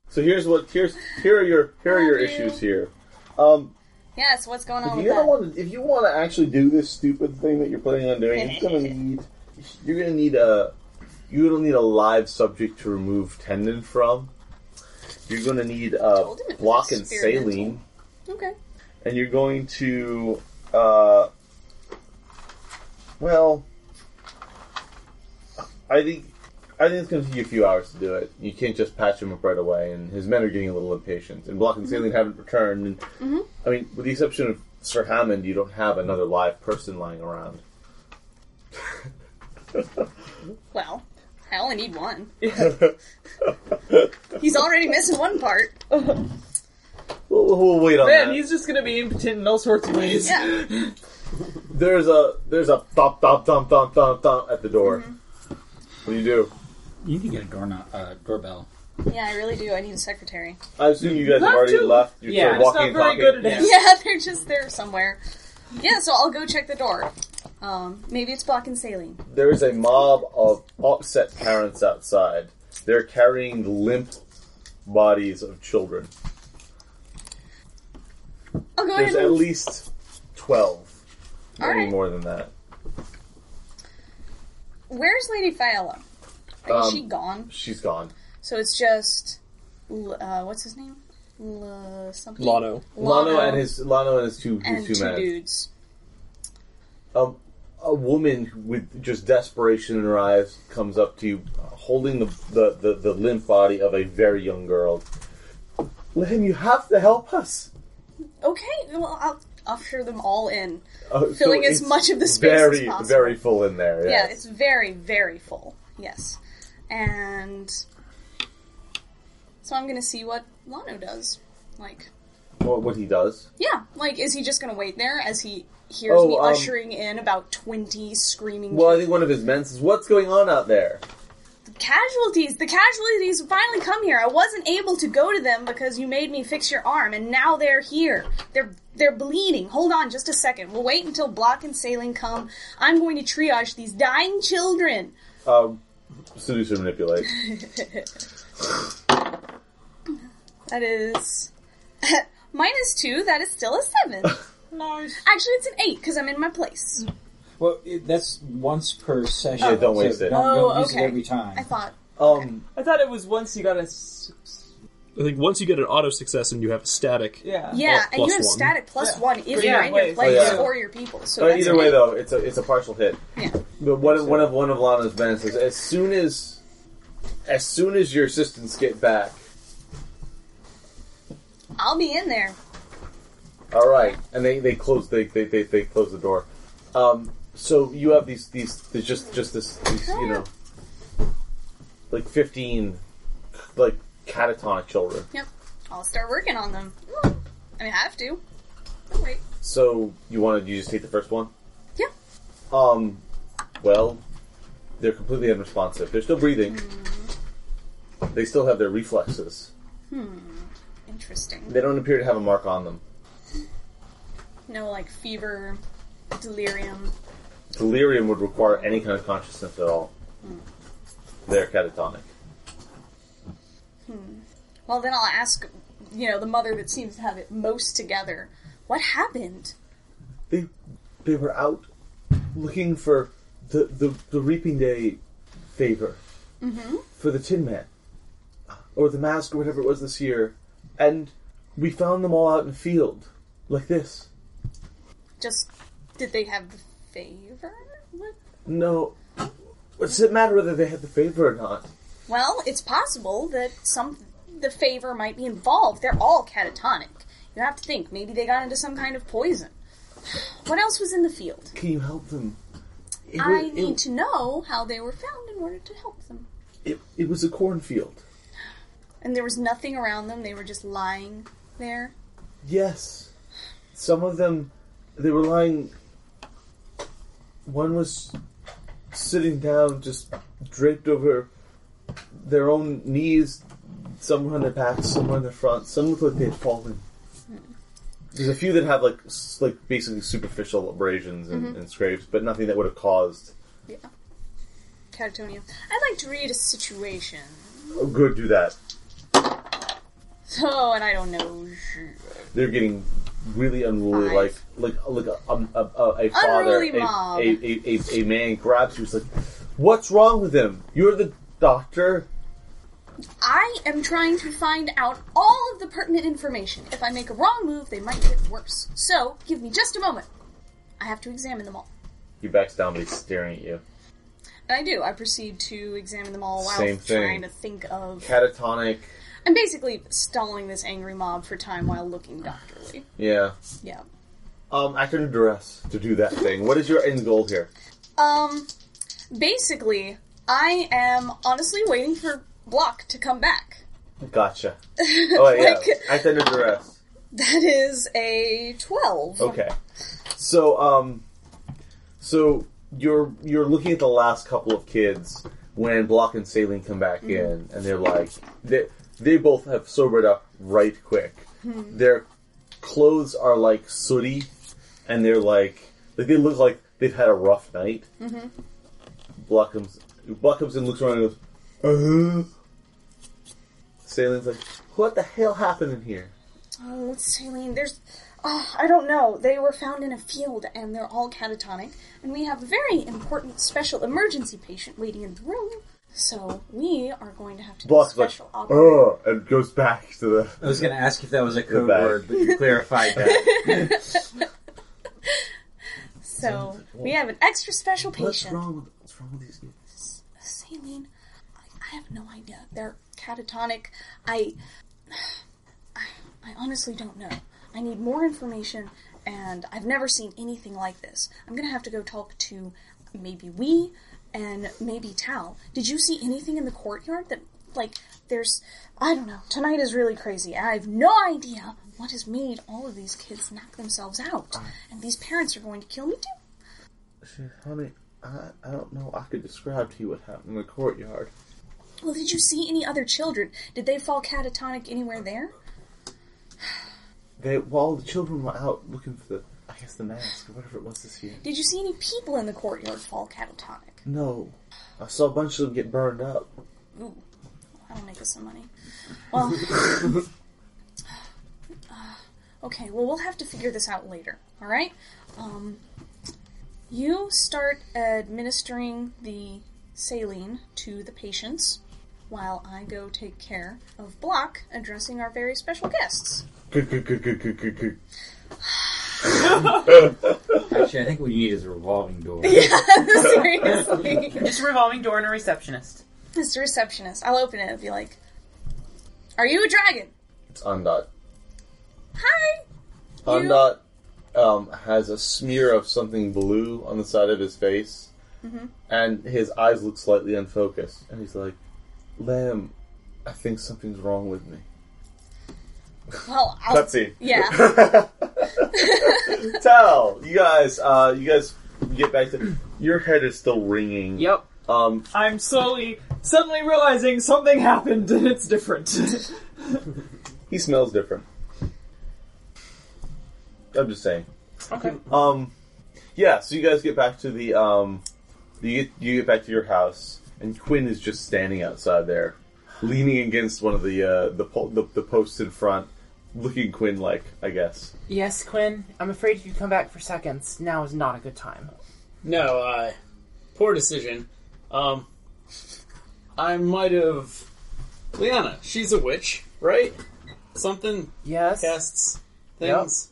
S1: So here's what here's here are your here are your
S5: Love you.
S1: issues here. Um,
S5: Yes, what's going on
S1: If
S5: with
S1: you ever
S5: that?
S1: want to, if you want to actually do this stupid thing that you're planning on doing, it's gonna need, you're gonna need a, you're gonna need a live subject to remove tendon from. You're gonna need uh,
S5: told him it was
S1: block and
S5: experimental.
S1: saline,
S5: Okay.
S1: and you're going to, uh, well, I think. I think it's going to take you a few hours to do it. You can't just patch him up right away, and his men are getting a little impatient. And Block and Saline
S3: Mm-hmm.
S1: haven't returned, and I mean, with the exception of Sir Hammond, you don't have another live person lying around.
S5: Well, I only need one. He's already missing one part.
S1: We'll, we'll wait on
S3: Man,
S1: that.
S3: he's just gonna be impotent in all sorts of ways.
S5: Yeah.
S1: There's a there's a thump thump thump thump thump thump at the door.
S3: Mm-hmm.
S1: What do you do?
S4: You need to get a doorknob, uh, doorbell.
S5: Yeah, I really do. I need a secretary.
S1: I assume you guys have
S3: Not
S1: already
S3: too-
S1: left. You're
S2: Yeah,
S1: sort of
S2: it's
S1: walking
S3: not
S1: and
S3: very
S1: talking.
S3: good at it.
S5: Yeah, they're just there somewhere. Yeah, so I'll go check the door. Um, maybe it's blocking saline.
S1: There is a mob of upset parents outside. They're carrying limp bodies of children.
S5: I'll go
S1: There's at
S5: ahead and
S1: least 12.
S5: All
S1: Maybe
S5: right.
S1: more than that.
S5: Where's Lady Fiala? Is
S1: Um,
S5: she gone?
S1: She's gone.
S5: So it's just L- uh, what's his name? L- something.
S6: Lano.
S1: Lano and his Lano and his two his
S5: and
S1: two,
S5: two
S1: men.
S5: dudes.
S1: Um, a woman with just desperation in her eyes comes up to you, holding the the, the, the limp body of a very young girl. Len, you have to help us.
S5: Okay, well I'll usher them all in.
S1: Uh, so
S5: Filling as
S1: it's
S5: much of the space as
S1: very,
S5: possible.
S1: very full in there.
S5: Yeah,
S1: Yes.
S5: it's very, very full. Yes. And so I'm gonna see what Lano does. Like
S1: what, what he does.
S5: yeah, like is he just gonna wait there as he hears
S1: Oh,
S5: me
S1: um,
S5: ushering in about twenty screaming
S1: Well, I think one of his men says, "What's going on out there?"
S5: casualties. The casualties have finally come here. I wasn't able to go to them because you made me fix your arm, and now they're here. They're they're bleeding. Hold on, just a second. We'll wait until Block and Saline come. I'm going to triage these dying children.
S1: Um, seduce or manipulate.
S5: That is minus two. That is still a seven.
S4: Nice.
S5: Actually, it's an eight because I'm in my place.
S4: Well, it, that's once per session.
S1: Yeah, don't
S4: so
S1: waste it.
S4: Don't, don't
S5: Oh,
S4: use
S5: okay.
S4: it every time.
S5: I thought
S1: Um,
S3: I thought it was once you got a. s- s-
S6: I think once you get an auto success and you have a static,
S3: Yeah.
S5: yeah,
S6: Well,
S5: and you
S6: Uh, plus
S5: have
S6: one.
S5: static plus
S3: Yeah.
S5: one if
S3: Yeah,
S5: you're in your
S3: wait,
S5: place
S1: Oh, yeah.
S5: or your people. So
S1: but
S5: that's
S1: either
S5: an
S1: way,
S5: eight.
S1: though, it's a it's a partial hit.
S5: Yeah.
S1: But one, one of one of Lana's men says, as soon as, as soon as your assistants get back,
S5: I'll be in there.
S1: all right, and they they close they they they, they close the door. Um, so you have these these there's just just this these, you know, like fifteen, like catatonic children.
S5: Yep, I'll start working on them. I mean, I have to. Oh wait.
S1: So you want to you just take the first one?
S5: Yeah.
S1: Um, well, they're completely unresponsive. They're still breathing. They still have their reflexes.
S5: Interesting.
S1: They don't appear to have a mark on them.
S5: No, like fever, delirium.
S1: Delirium would require any kind of consciousness at all. They're catatonic.
S5: Well, then I'll ask, you know, the mother that seems to have it most together. What happened?
S1: They they were out looking for the the, the reaping day favor
S5: Mm-hmm.
S1: for the Tin Man or the mask or whatever it was this year, and we found them all out in a field like this.
S5: Just did they have the favor? What?
S1: No, does it matter whether they had the favor or not?
S5: Well, it's possible that some the favor might be involved. They're all catatonic. You have to think maybe they got into some kind of poison. What else was in the field?
S1: Can you help them? It wa-
S5: I
S1: it-
S5: need to know how they were found in order to help them.
S1: It, it was a cornfield.
S5: and there was nothing around them. They were just lying there.
S1: Yes. Some of them, they were lying. One was sitting down, just draped over their own knees. Some were on their backs, some were on their front. Some looked like they had fallen. There's a few that have like s- like basically superficial abrasions and, and scrapes, but nothing that would have caused.
S5: Catatonia. I'd like to read a situation.
S1: Oh, good, do that.
S5: Oh, and I don't know. shit.
S1: They're getting really unruly, like
S5: Five.
S1: like like a, um, a, a, a father,
S5: Unruly
S1: a,
S5: mob.
S1: a, a, a, a man grabs you. He's like, "What's wrong with him? You're the doctor."
S5: I am trying to find out all of the pertinent information. If I make a wrong move, they might get worse. So, give me just a moment. I have to examine them all.
S1: He backs down, but he's staring at you.
S5: And I do. I proceed to examine them all while
S1: Same thing.
S5: trying to think of.
S1: Catatonic.
S5: I'm basically stalling this angry mob for time while looking doctorly.
S1: Yeah.
S5: Yeah.
S1: Um, act under duress to do that thing. What is your end goal here?
S5: Um, basically, I am honestly waiting for Block to come back.
S1: Gotcha. Oh yeah.
S5: Like-
S1: act under duress.
S5: That is a 12.
S1: Okay. So um, so you're you're looking at the last couple of kids when Block and Saline come back in, and they're like they they both have sobered up right quick. Their clothes are like sooty, and they're like like they look like. they've had a rough night. Block comes, Block comes in, looks around, and goes, uh Salin's like, "What the hell happened in here?"
S5: Oh, what's saline? There's. ah, I don't know. They were found in a field and they're all catatonic. And we have a very important special emergency patient waiting in the room. So we are going to have to do a
S1: Block's like,
S5: special operation.
S1: "Oh," and goes back to the.
S4: I was going to ask if that was a code
S1: bag.
S4: word, but you clarified that.
S5: So we have an extra special patient.
S1: with what's wrong with these kids?
S5: saline. I, I have no idea. They're catatonic. I, I, I honestly don't know. I need more information, and I've never seen anything like this. I'm gonna have to go talk to maybe we and maybe Tal. Did you see anything in the courtyard that like there's? I don't know. Tonight is really crazy. I have no idea what has made all of these kids knock themselves out, and these parents are going to kill me too.
S1: She, honey, I, I don't know. I could describe to you what happened in the courtyard.
S5: Well, did you see any other children? Did they fall catatonic anywhere there?
S1: They, while the children were out looking for the, I guess the mask or whatever it was this year.
S5: Did you see any people in the courtyard fall catatonic?
S1: No, I saw a bunch of them get burned up.
S5: Ooh, that'll make us some money. Well, uh, okay. Well, we'll have to figure this out later. All right. Um, you start administering the saline to the patients, while I go take care of Block addressing our very special guests.
S1: Good, good, good, good, good, good, good.
S4: Actually, I think what you need is a revolving door.
S5: Seriously.
S2: Just a revolving door and a receptionist.
S5: Mr. Receptionist, I'll open it and be like, Are you a dragon?
S1: It's Undot.
S5: Hi!
S1: Undot um, has a smear of something blue on the side of his face, and his eyes look slightly unfocused. And he's like, "Lamb, I think something's wrong with me."
S5: Well, I'll.
S1: Cutscene.
S5: Yeah.
S1: Tell you guys, uh, you guys get back to your head is still ringing.
S2: Yep.
S1: Um,
S3: I'm slowly, suddenly realizing something happened and it's different.
S1: he smells different. I'm just saying.
S2: Okay.
S1: Um, yeah. So you guys get back to the um, you get you get back to your house, and Quinn is just standing outside there, leaning against one of the uh, the, po- the the posts in front, looking Quinn like I guess.
S2: Yes, Quinn. I'm afraid if you come back for seconds, now is not a good time.
S8: No, I. Poor decision. Um, I might have. Liana, she's a witch, right? Something
S2: Yes.
S8: casts things.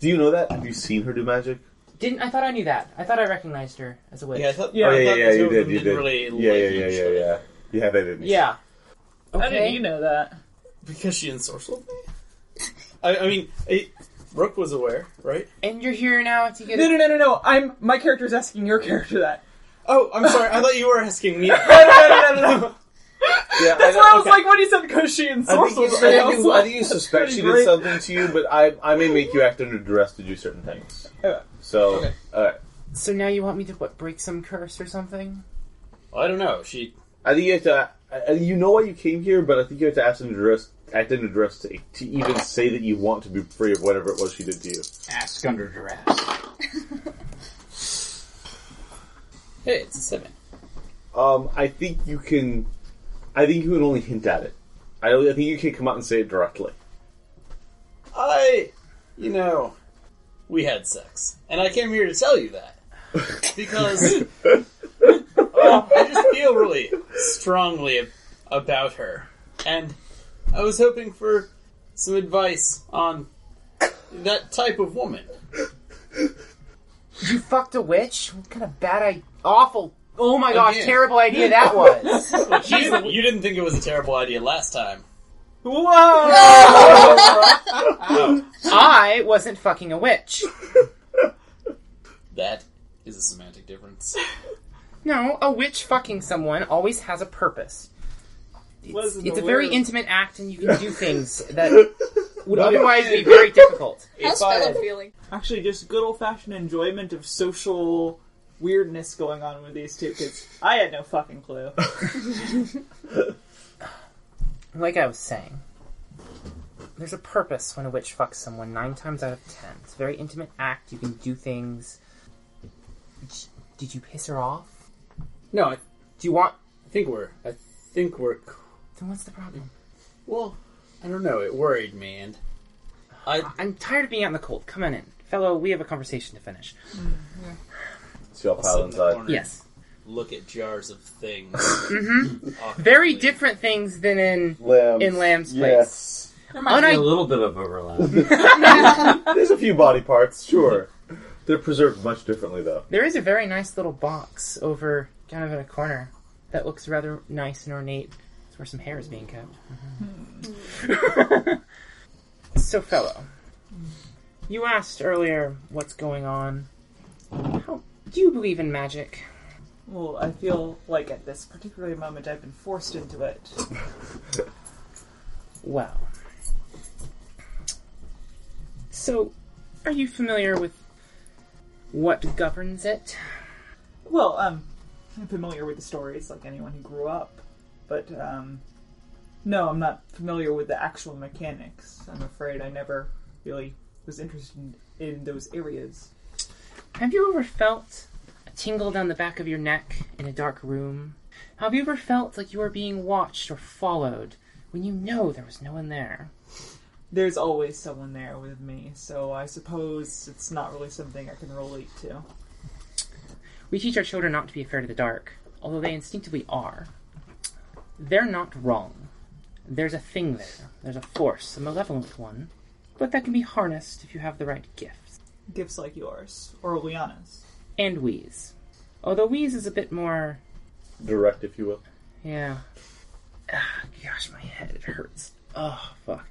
S1: Do you know that? Have you seen her do magic?
S2: Didn't I thought I knew that? I thought I recognized her as a witch.
S8: Yeah, I thought,
S3: Yeah,
S8: I
S1: oh, yeah,
S8: thought
S1: yeah,
S8: the two
S1: you
S8: of
S1: did,
S8: them
S1: you
S8: didn't
S1: did.
S8: really
S1: yeah, yeah,
S8: like
S1: yeah,
S8: each
S1: yeah,
S8: other.
S1: yeah. You have that in you.
S8: Yeah,
S3: How
S2: Okay.
S3: did you know that?
S8: because she ensorcelled me. I, I mean, it, Brooke was aware, right?
S2: And you're here now to get.
S3: No, no, no, no, no. I'm my character's asking your character that.
S8: Oh, I'm sorry. I thought you were asking me.
S3: No, no, no, no, no. no.
S1: Yeah,
S3: That's
S1: know-
S3: why I was
S1: okay.
S3: like when he said Koshi and
S1: I think,
S3: Sorcerer.
S1: you, I, think you, I think you suspect
S3: pretty
S1: she did
S3: great.
S1: something to you, but I, I may make you act under duress to do certain things.
S3: Okay.
S1: So,
S8: Okay.
S1: alright.
S2: So now you want me to what? Break some curse or something?
S8: I don't know. She
S1: I think you have to. I, I- you know why you came here, but I think you have to act under duress, act under duress to, to even say that you want to be free of whatever it was she did to you.
S4: Ask under duress.
S8: Hey, it's a seven.
S1: Um, I think you can. I think you can only hint at it. I, don't- I think you can't come out and say it directly.
S8: I, you know, we had sex, and I came here to tell you that because well, I just feel really strongly ab- about her, and I was hoping for some advice on that type of woman.
S2: You fucked a witch? What kind of bad, I- awful, oh my gosh,
S8: Again.
S2: terrible idea that was.
S8: But you, didn't- you didn't think it was a terrible idea last time.
S3: Whoa!
S2: I wasn't fucking a witch.
S8: That is a semantic difference.
S2: No, a witch fucking someone always has a purpose. It's,
S3: Wasn't
S2: it's a
S3: aware
S2: very
S3: of-
S2: intimate act, and you can do things that would otherwise be very difficult.
S5: How's
S8: I-
S5: Philip feeling?
S3: Actually, just good old fashioned enjoyment of social weirdness going on with these two kids. I had no fucking clue.
S2: Like I was saying, there's a purpose when a witch fucks someone nine times out of ten. It's a very intimate act. You can do things. Did you piss her off?
S8: No, I, do you want? I think we're. I think we're. c-
S2: Then what's the problem?
S8: Well, I don't know. It worried me, and I.
S2: I'm tired of being out in the cold. Come on in. Fellow, we have a conversation to finish.
S1: So y'all
S8: sit
S1: pile
S8: in the
S1: inside.
S8: corner
S2: Yes.
S8: and Look at jars of things. Awkwardly.
S2: Very different things than in.
S1: Lambs.
S2: In Lamb's
S1: Yes.
S9: There
S2: Oh,
S9: might
S2: no.
S9: be
S2: I-
S4: a little bit of overlap.
S1: There's a few body parts, sure. They're preserved much differently, though.
S2: There is a very nice little box over kind of in a corner that looks rather nice and ornate. It's where some hair is being kept. so, fellow, you asked earlier what's going on. How do you believe in magic?
S3: Well, I feel like at this particular moment I've been forced into it.
S2: Well. So, are you familiar with what governs it?
S3: Well, um, I'm familiar with the stories like anyone who grew up, but um, no, I'm not familiar with the actual mechanics. I'm afraid I never really was interested in, in those areas.
S2: Have you ever felt a tingle down the back of your neck in a dark room? Have you ever felt like you were being watched or followed when you know there was no one there?
S3: There's always someone there with me, so I suppose it's not really something I can relate to.
S2: We teach our children not to be afraid of the dark, although they instinctively are. They're not wrong. There's a thing there. There's a force, a malevolent one, but that can be harnessed if you have the right gifts.
S3: Gifts like yours or Liana's.
S2: and Wheeze. Although Wheeze is a bit more,
S1: Direct, if you will.
S2: yeah. Ah, gosh, my head it hurts. Oh fuck.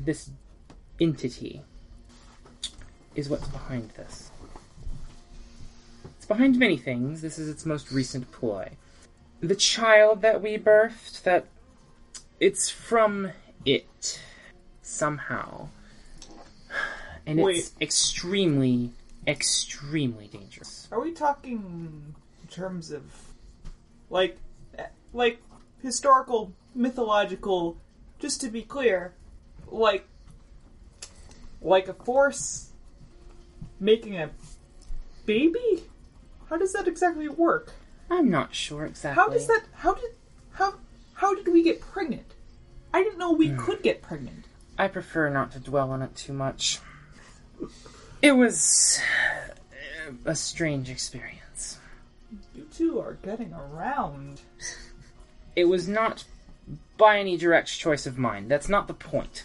S2: This entity is what's behind this. It's behind many things. This is its most recent ploy. The child that we birthed, that it's from it somehow. And
S3: Wait.
S2: it's extremely, extremely dangerous.
S3: Are we talking in terms of like eh, like historical mythological just to be clear like like a force making a baby? How does that exactly work?
S2: I'm not sure exactly.
S3: How does that how did how how did we get pregnant? I didn't know we could get pregnant.
S2: I prefer not to dwell on it too much. It was uh, a strange experience.
S3: You two are getting around.
S2: It was not by any direct choice of mine. That's not the point.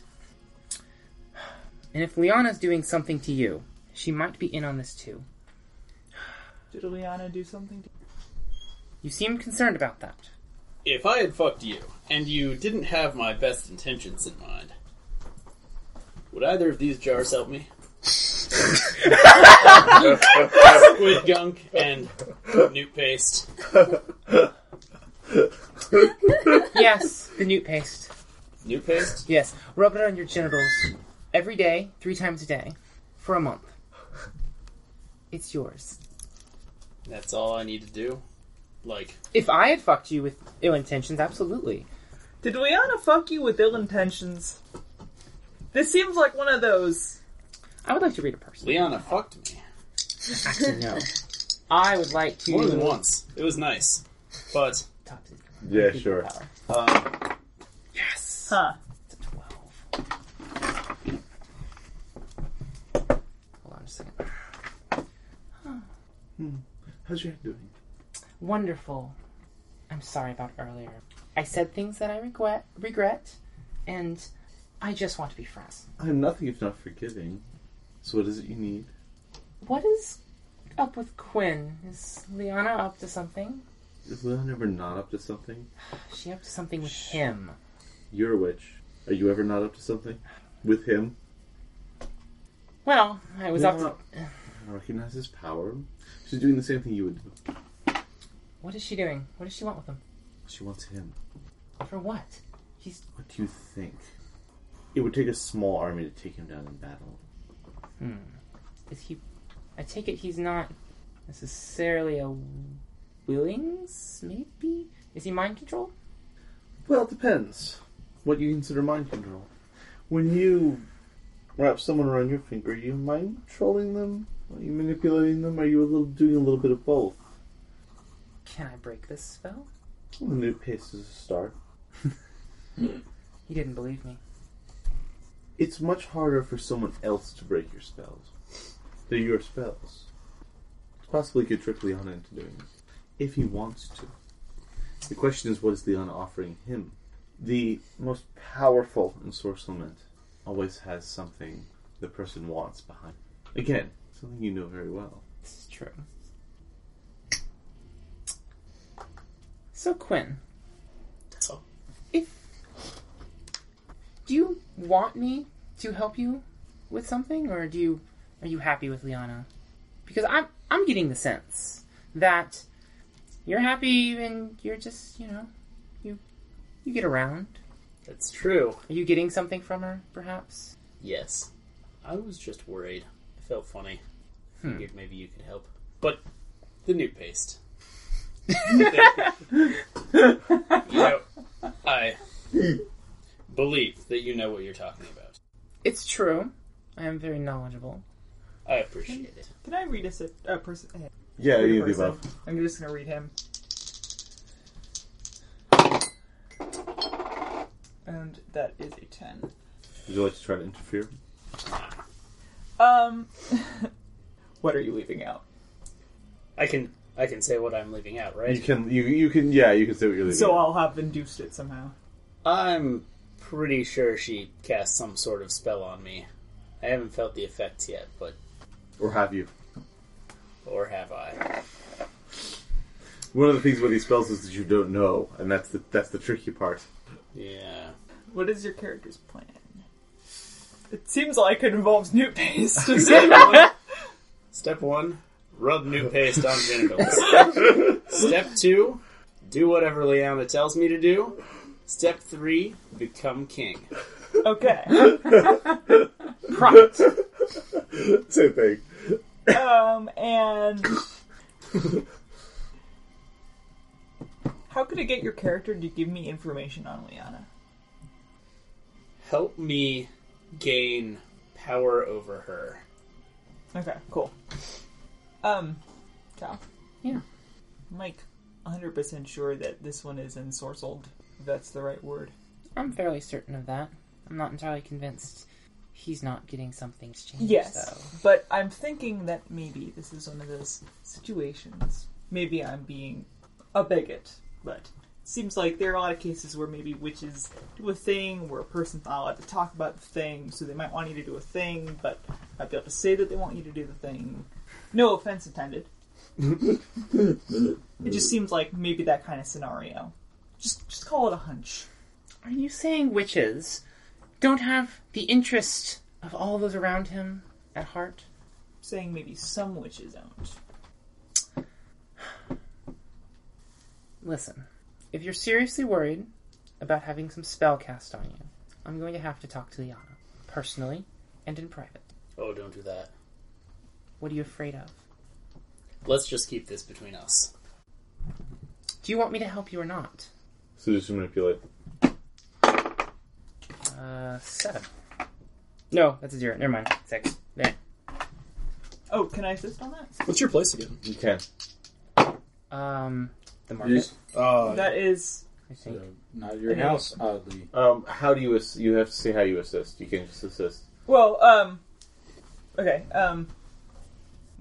S2: And if Liana's doing something to you, she might be in on this too.
S3: Did Liana do something to
S2: You seemed concerned about that.
S8: If I had fucked you, and you didn't have my best intentions in mind, would either of these jars help me? Squid gunk and newt paste.
S2: Yes, the newt paste.
S8: Newt paste?
S2: Yes, rub it on your genitals every day, three times a day, for a month. It's yours.
S8: That's all I need to do. Like,
S2: If I had fucked you with ill intentions, absolutely.
S3: Did Liana fuck you with ill intentions? This seems like one of those.
S2: I would like to read a person.
S8: Liana fucked me.
S2: Actually, no. I would like to.
S8: More than once. It was nice. But,
S2: Top secret.
S1: Yeah, sure.
S8: uh,
S2: Yes.
S3: Huh.
S2: It's a 12. Hold on a second.
S1: How's your head doing?
S2: Wonderful. I'm sorry about earlier. I said things that I regret, regret, and I just want to be friends.
S1: I'm nothing if not forgiving. So what is it you need?
S2: What is up with Quinn? Is Liana up to something?
S1: Is Leon ever not up to something?
S2: Is she up to something with him?
S1: You're a witch. Are you ever not up to something? With him?
S2: Well, I was up to.
S1: I recognize his power. She's doing the same thing you would do.
S2: What is she doing? What does she want with him?
S1: She wants him.
S2: For what? He's
S1: What do you think? It would take a small army to take him down in battle.
S2: Is he? I take it he's not necessarily a willings. Maybe is he mind controlled?
S1: Well, it depends. What you consider mind control. When you wrap someone around your finger, you mind trolling them? Are you manipulating them? Are you a little doing a little bit of both?
S2: Can I break this spell?
S1: A new pace is a start.
S2: He didn't believe me.
S1: It's much harder for someone else to break your spells. They're your spells. Possibly could trick Leon into doing it. If he wants to. The question is what is Leon offering him? The most powerful ensorcelment always has something the person wants behind. Again, something you know very well.
S2: This is true. So Quinn,
S8: Oh.
S2: if do you want me to help you with something, or do you are you happy with Liana? Because I'm I'm getting the sense that you're happy and you're just you know you you get around.
S8: That's true.
S2: Are you getting something from her, perhaps?
S8: Yes. I was just worried. It felt funny.
S1: Hmm.
S8: Figured maybe you could help. But the new paste. you know, I believe that you know what you're talking about.
S2: It's true. I am very knowledgeable.
S8: I appreciate it.
S3: Can I read a, si- a person? eh,
S1: Yeah,
S3: read a
S1: you do
S3: person?
S1: both.
S3: I'm just gonna read him. And that is a ten.
S1: Would you like to try to interfere?
S3: Um, what are you leaving out?
S8: I can I can say what I'm leaving out, right?
S1: You can you you can yeah, you can say what you're leaving.
S3: So
S1: out.
S3: I'll have induced it somehow.
S8: I'm pretty sure she cast some sort of spell on me. I haven't felt the effects yet, but
S1: or have you?
S8: or have I?
S1: One of the things with these spells is that you don't know, and that's the that's the tricky part.
S8: Yeah.
S3: What is your character's plan? It seems like it involves new paste. Just-
S8: Step one, rub new paste on genitals. Step two, do whatever Liana tells me to do. Step three, become king.
S3: okay.
S1: Same thing.
S3: Um, and how could I get your character to give me information on Liana?
S8: Help me gain power over her.
S3: Okay, cool. Um, Cal.
S2: Yeah.
S3: I'm like 100% sure that this one is ensorcelled. if That's the right word.
S2: I'm fairly certain of that. I'm not entirely convinced he's not getting something exchanged.
S3: Yes,
S2: though.
S3: but I'm thinking that maybe this is one of those situations. Maybe I'm being a bigot, but it seems like there are a lot of cases where maybe witches do a thing where a person's not allowed to talk about the thing, so they might want you to do a thing, but not be able to say that they want you to do the thing. No offense intended. it just seems like maybe that kind of scenario. Just, just call it a hunch.
S2: Are you saying witches don't have the interest of all those around him at heart?
S3: saying maybe some witches don't.
S2: Listen, if you're seriously worried about having some spell cast on you, I'm going to have to talk to Liana, personally and in private.
S8: Oh, don't do that.
S2: What are you afraid of?
S8: Let's just keep this between us.
S2: Do you want me to help you or not?
S1: So just manipulate.
S2: Uh, seven. No, that's a zero. Never mind. Six. There.
S3: Oh, can I assist on that?
S4: What's your place again?
S1: You can.
S2: Um, the market.
S10: Yes.
S4: Uh,
S3: That is
S2: I think.
S10: Not your house, oddly.
S1: Um, how do you ass- you have to see how you assist? You can just assist.
S3: well, um, okay, um,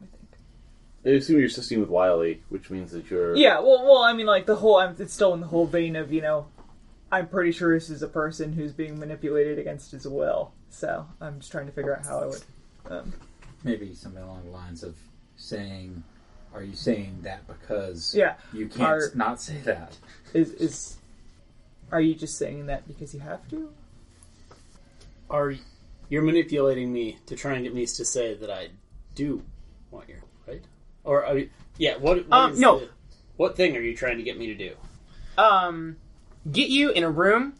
S3: let me think.
S1: I assume you're assisting with Wiley, which means that you're
S3: Yeah, well, well, I mean, like the whole, I'm, it's still in the whole vein of you know, I'm pretty sure this is a person who's being manipulated against his will. So I'm just trying to figure out how I would. Um,
S10: Maybe something along the lines of saying, "Are you saying that because
S3: yeah,
S10: you can't
S3: Are-
S10: not say that?"
S3: is is are you just saying that because you have to?
S8: Are you're manipulating me to try and get me to say that I do want your help, right? Or are you, yeah, what, what
S2: Um,
S8: is
S2: no.
S8: the- what thing are you trying to get me to do?
S2: um, get you in a room,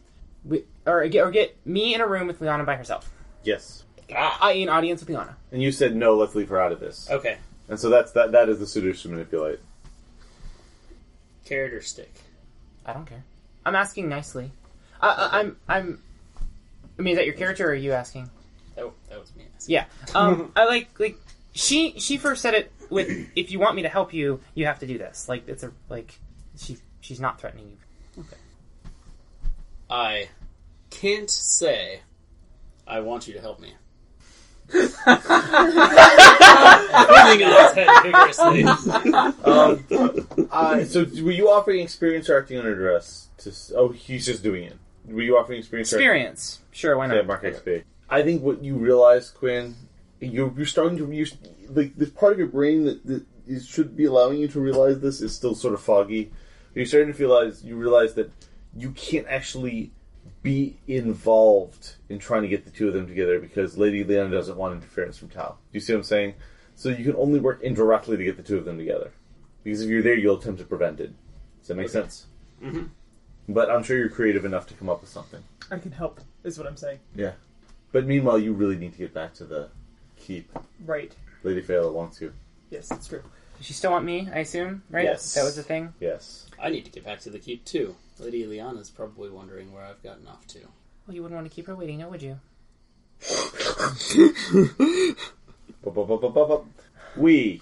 S2: with, or get or get me in a room with Liana by herself.
S1: yes.
S2: I an audience with Liana.
S1: And you said no. Let's leave her out of this.
S8: Okay,
S1: And so that's that. That is the suitors to manipulate.
S8: carrot or stick?
S2: I don't care. I'm asking nicely. I, I, I'm I'm. I mean, is that your character, or are you asking?
S8: That, that was
S2: Yeah. Um, I like like she she first said it with if you want me to help you, you have to do this. Like it's a like she she's not threatening you.
S8: I can't say I want you to help me. Moving on his head vigorously.
S1: Um, uh, so were you offering experience or acting under duress? To, s- oh, he's just doing it. Were you offering experience? or-
S2: Experience. Sure, why
S1: Yeah,
S2: not?
S1: mark XP. I think what you realize, Quinn, you're, you're starting to you're, like this part of your brain that, that is, should be allowing you to realize this is still sort of foggy. You're starting to realize you realize that you can't actually be involved in trying to get the two of them together because Lady Leona doesn't want interference from Tao. Do you see what I'm saying? So you can only work indirectly to get the two of them together. Because if you're there, you'll attempt to prevent it. Does that make sense? Mm-hmm. But I'm sure you're creative enough to come up with something.
S3: I can help, is what I'm saying.
S1: Yeah. But meanwhile, you really need to get back to the keep.
S3: Right.
S1: Lady Fayla wants you.
S3: Yes, that's true.
S2: Does she still want me, I assume, right?
S1: Yes.
S2: That was the thing.
S1: Yes.
S8: I need to get back to the keep too. Lady Eliana's probably wondering where I've gotten off to.
S2: Well you wouldn't want to keep her waiting, now would you?
S1: Bup, bup, bup, bup, bup, bup. We.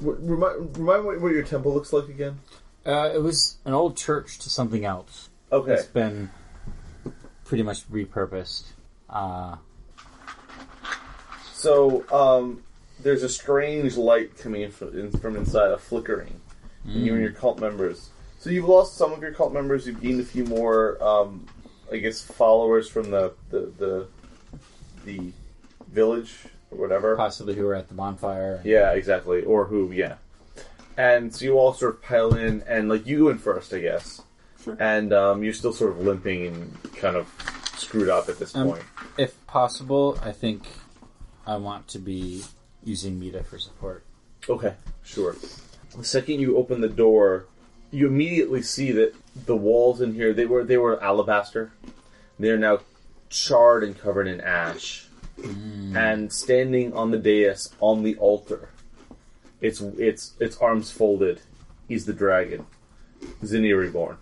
S1: W- Remind, remind me what your temple looks like again.
S4: Uh, it was an old church to something else.
S1: Okay.
S4: It's been pretty much repurposed. Uh,
S1: So, um, there's a strange light coming in from, in, from inside, a flickering. And you and your cult members. So you've lost some of your cult members. You've gained a few more, um, I guess, followers from the the the, the village or whatever.
S4: possibly who were at the bonfire.
S1: Yeah, exactly. Or who, yeah. And so you all sort of pile in, and like you go in first, I guess. And um, you're still sort of limping and kind of screwed up at this
S4: Um,
S1: point.
S4: If possible, I think I want to be using Mita for support.
S1: Okay, sure. The second you open the door, you immediately see that the walls in here they were they were alabaster. They are now charred and covered in ash. And standing on the dais on the altar, its its its arms folded, is the dragon, Zinni reborn.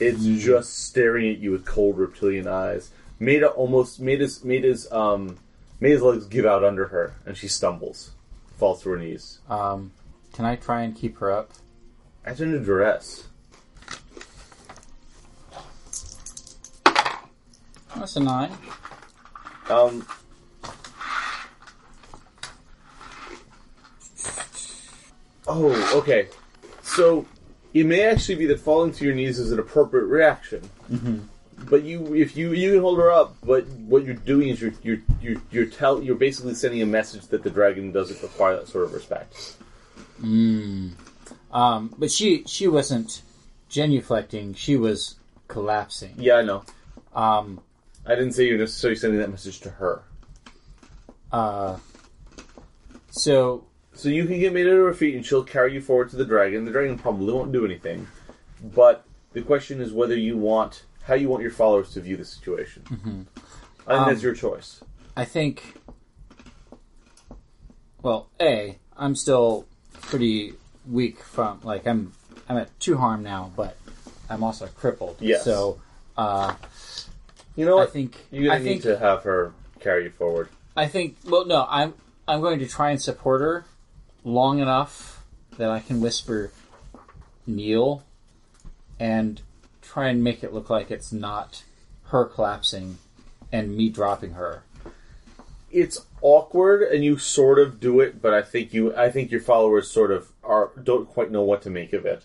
S1: It's just staring at you with cold reptilian eyes. Maida almost Maida's Maida's um Maida's legs give out under her, and she stumbles, falls to her knees.
S4: Um, can I try and keep her up?
S1: Act under duress.
S4: That's a nine.
S1: Um, oh, okay. So it may actually be that falling to your knees is an appropriate reaction. But you, if you, you can hold her up. But what you're doing is you're you're you're you're, tell, you're basically sending a message that the dragon doesn't require that sort of respect.
S4: Hmm. Um, but she she wasn't genuflecting. She was collapsing.
S1: Yeah, I know.
S4: Um,
S1: I didn't say you're necessarily sending that message to her.
S4: uh, so
S1: So you can get Maida to her feet, and she'll carry you forward to the dragon. The dragon probably won't do anything, but the question is whether you want how you want your followers to view the situation. Mm-hmm. I think
S4: Um,
S1: that's your choice.
S4: I think, well, a I'm still pretty weak from like I'm I'm at two harm now, but I'm also crippled.
S1: Yes.
S4: So uh,
S1: You know
S4: I
S1: what?
S4: think
S1: You're gonna
S4: I
S1: need
S4: think
S1: to have her carry you forward.
S4: I think well no I'm I'm going to try and support her long enough that I can whisper kneel and try and make it look like it's not her collapsing and me dropping her.
S1: It's awkward, and you sort of do it, but I think you, I think your followers sort of are don't quite know what to make of it.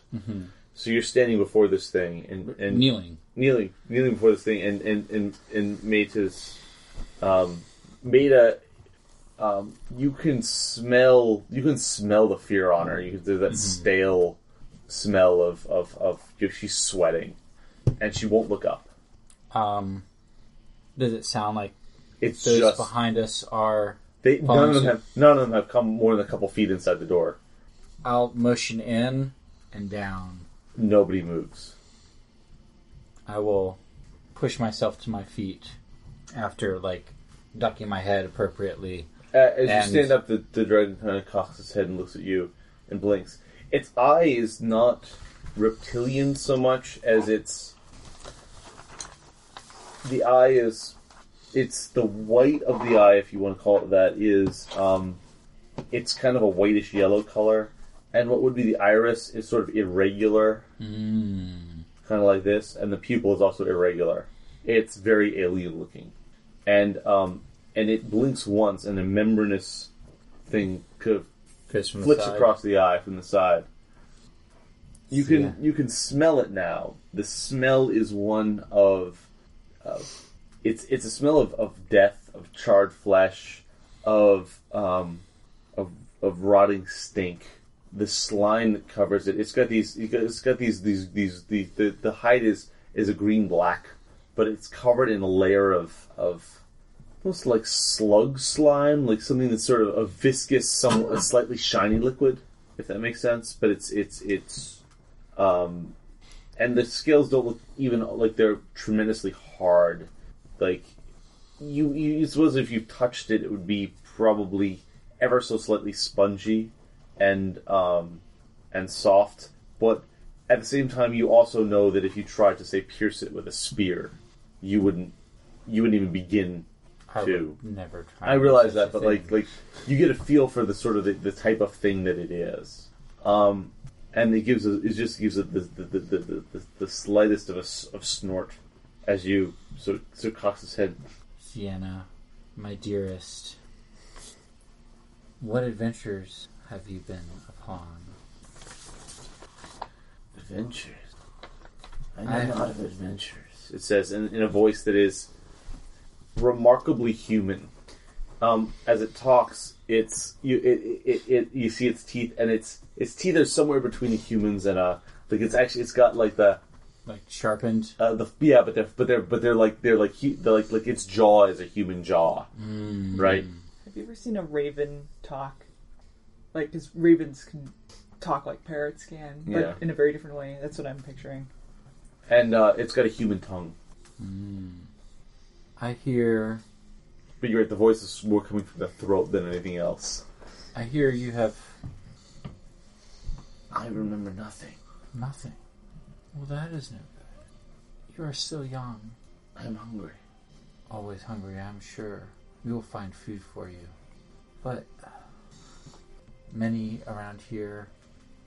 S1: So you're standing before this thing and, and
S4: Mm-hmm. Kneeling.
S1: kneeling kneeling before this thing and and and, and Meta's um Meta um you can smell you can smell the fear on her. You can there's that stale smell of of of you know, she's sweating and she won't look up.
S4: Um, does it sound like
S1: It's
S4: those
S1: just
S4: behind us are?
S1: they none of them
S4: Following
S1: have none of them have come more than a couple feet inside the door.
S4: I'll motion in and down.
S1: Nobody moves.
S4: I will push myself to my feet after like ducking my head appropriately.
S1: Uh, as
S4: And-
S1: you stand up, the, the dragon kind of cocks its head and looks at you and blinks. Its eye is not reptilian so much as it's. The eye is it's the white of the eye, if you want to call it that, is um, it's kind of a whitish yellow color, and what would be the iris is sort of irregular, kind of like this, and the pupil is also irregular. It's very alien looking, and um, and it blinks once, and a membranous thing kind of
S4: Goes from
S1: flips
S4: the side.
S1: across the eye from the side. You can
S4: Yeah.
S1: you can smell it now. The smell is one of, of it's it's a smell of, of death, of charred flesh, of um, of of rotting stink. The slime that covers it. It's got these. It's got these. These. These. The the, the hide is is a green black, but it's covered in a layer of of almost like slug slime, like something that's sort of a viscous, some a slightly shiny liquid, if that makes sense. But it's it's it's, um, and the scales don't look even like they're tremendously hard. Like you, you, you suppose if you touched it, it would be probably ever so slightly spongy and um, and soft. But at the same time, you also know that if you tried to say pierce it with a spear, you wouldn't you wouldn't even begin
S4: I
S1: too.
S4: would never try.
S1: I
S4: and do
S1: realize
S4: such
S1: that,
S4: a
S1: but
S4: thing.
S1: like like you get a feel for the sort of the, the type of thing that it is, um, and it gives a, it just gives it the the, the, the, the, the slightest of a s- of snort as you sort of, sort of cocks his head.
S4: Sienna, my dearest, what adventures have you been upon?
S1: Adventures.
S4: know a lot
S1: of adventures. It says in, in a voice that is remarkably human. Um, as it talks, it's you it, it, it you see its teeth, and its its teeth are somewhere between a human's and a like it's actually it's got like the
S4: Like sharpened?
S1: Uh, the yeah, but they're but they're but they're like they're like hu- they're like like its jaw is a human jaw, right?
S9: Have you ever seen a raven talk? Like, because ravens can talk like parrots can, but
S1: Yeah.
S9: in a very different way. That's what I'm picturing.
S1: And uh, it's got a human tongue,
S4: I hear,
S1: but you're right. The voice is more coming from the throat than anything else.
S4: I hear you have
S1: I remember nothing.
S4: nothing. Well, that is no good. You are still young,
S1: I'm hungry.
S4: always hungry. I'm sure we will find food for you, but many around here,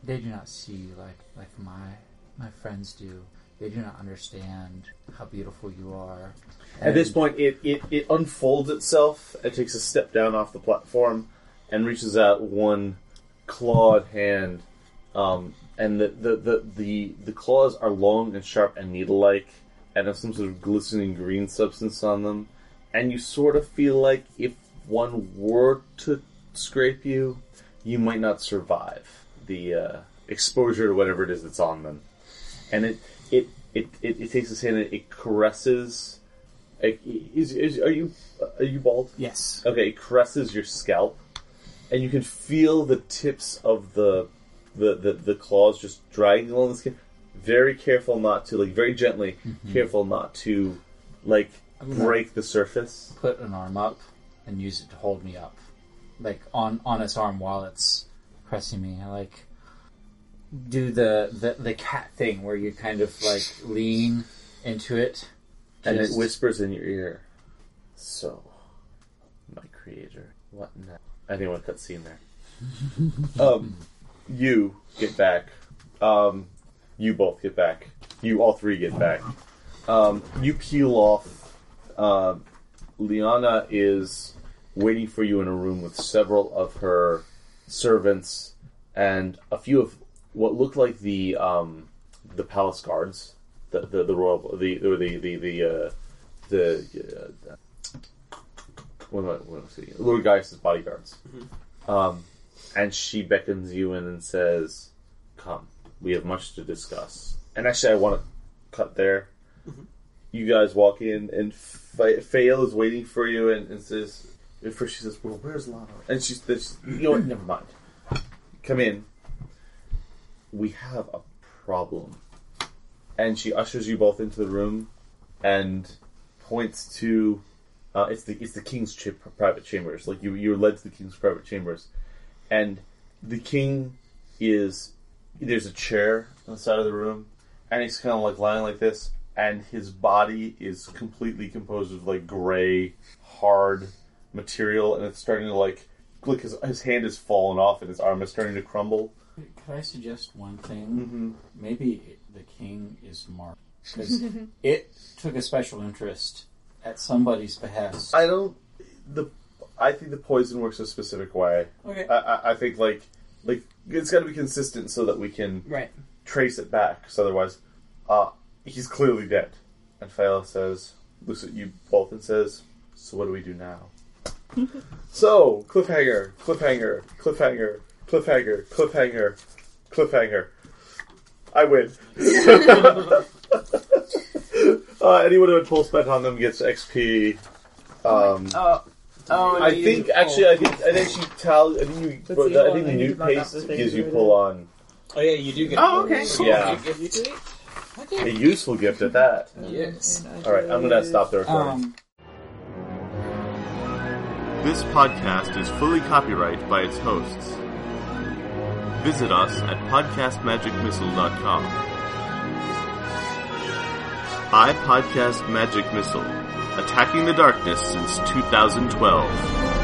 S4: they do not see you like like my my friends do. They do not understand how beautiful you are.
S1: At this
S4: And-
S1: point, it, it, it unfolds itself. It takes a step down off the platform and reaches out one clawed hand. Um, and the, the, the, the, the claws are long and sharp and needle like and have some sort of glistening green substance on them. And you sort of feel like if one were to scrape you, you might not survive the uh, exposure to whatever it is that's on them. And it, it, it, it, it takes this hand and it caresses. Like, Is, is, are you are you bald?
S8: Yes.
S1: Okay, it caresses your scalp, and you can feel the tips of the the, the, the claws just dragging along the skin. Very careful not to like very gently, careful not to like break the surface.
S4: put an arm up and use it to hold me up, like on on its arm while it's pressing me. I like do the the, the cat thing where you kind of like lean into it,
S1: And it
S4: Just-
S1: whispers in your ear. So, my creator, what now? Anyone cut scene there? um, you get back. Um, you both get back. You all three get back. Um, you peel off. Um, Liana is waiting for you in a room with several of her servants and a few of what look like the um, the palace guards, the the, the royal the or the the the uh, the uh, what am I, what am I saying? Lord Gaius' bodyguards. Um, and she beckons you in and says, "Come, we have much to discuss." And actually, I want to cut there. You guys walk in, and Fa- Fael is waiting for you, and, and says, "At first, she says, well, where's Lana?'" And she's, this, "You know what? Never mind. Come in. We have a problem." And she ushers you both into the room, and points to uh, it's the it's the king's chi- private chambers. Like you, you're led to the king's private chambers, and the king is there's a chair on the side of the room, and he's kind of like lying like this, and his body is completely composed of like gray, hard material, and it's starting to like look. His his hand has fallen off, and his arm is starting to crumble.
S4: Could I suggest one thing? Maybe it- the king is marked because it took a special interest at somebody's behest.
S1: I don't. The I think the poison works a specific way.
S4: Okay.
S1: I, I, I think like like it's got to be consistent so that we can
S11: Right.
S1: trace it back. Because otherwise, uh, he's clearly dead. And Phaela says, looks at you both and says, "So what do we do now?" so cliffhanger, cliffhanger, cliffhanger, cliffhanger, cliffhanger, cliffhanger. I win. uh, anyone who had full spent on them gets XP. Um,
S2: Oh, oh,
S1: I think actually, I think I think she tell. I think you.
S3: Let's
S1: but
S3: see,
S1: I
S3: hold
S1: think
S3: on,
S1: the
S3: I need
S1: new
S3: to mark up
S1: paste
S3: the things
S1: gives you
S3: right
S1: pull on
S8: Oh yeah, you do get.
S2: Oh, okay,
S8: bonus.
S2: cool.
S1: Yeah.
S8: You get- you
S1: a useful gift at that.
S8: do? Yes.
S1: All right, I'm gonna stop the recording.
S4: Um,
S1: This podcast is fully copyrighted by its hosts. Visit us at podcastmagicmissile.com. I Podcast Magic Missile, attacking the darkness since 2012.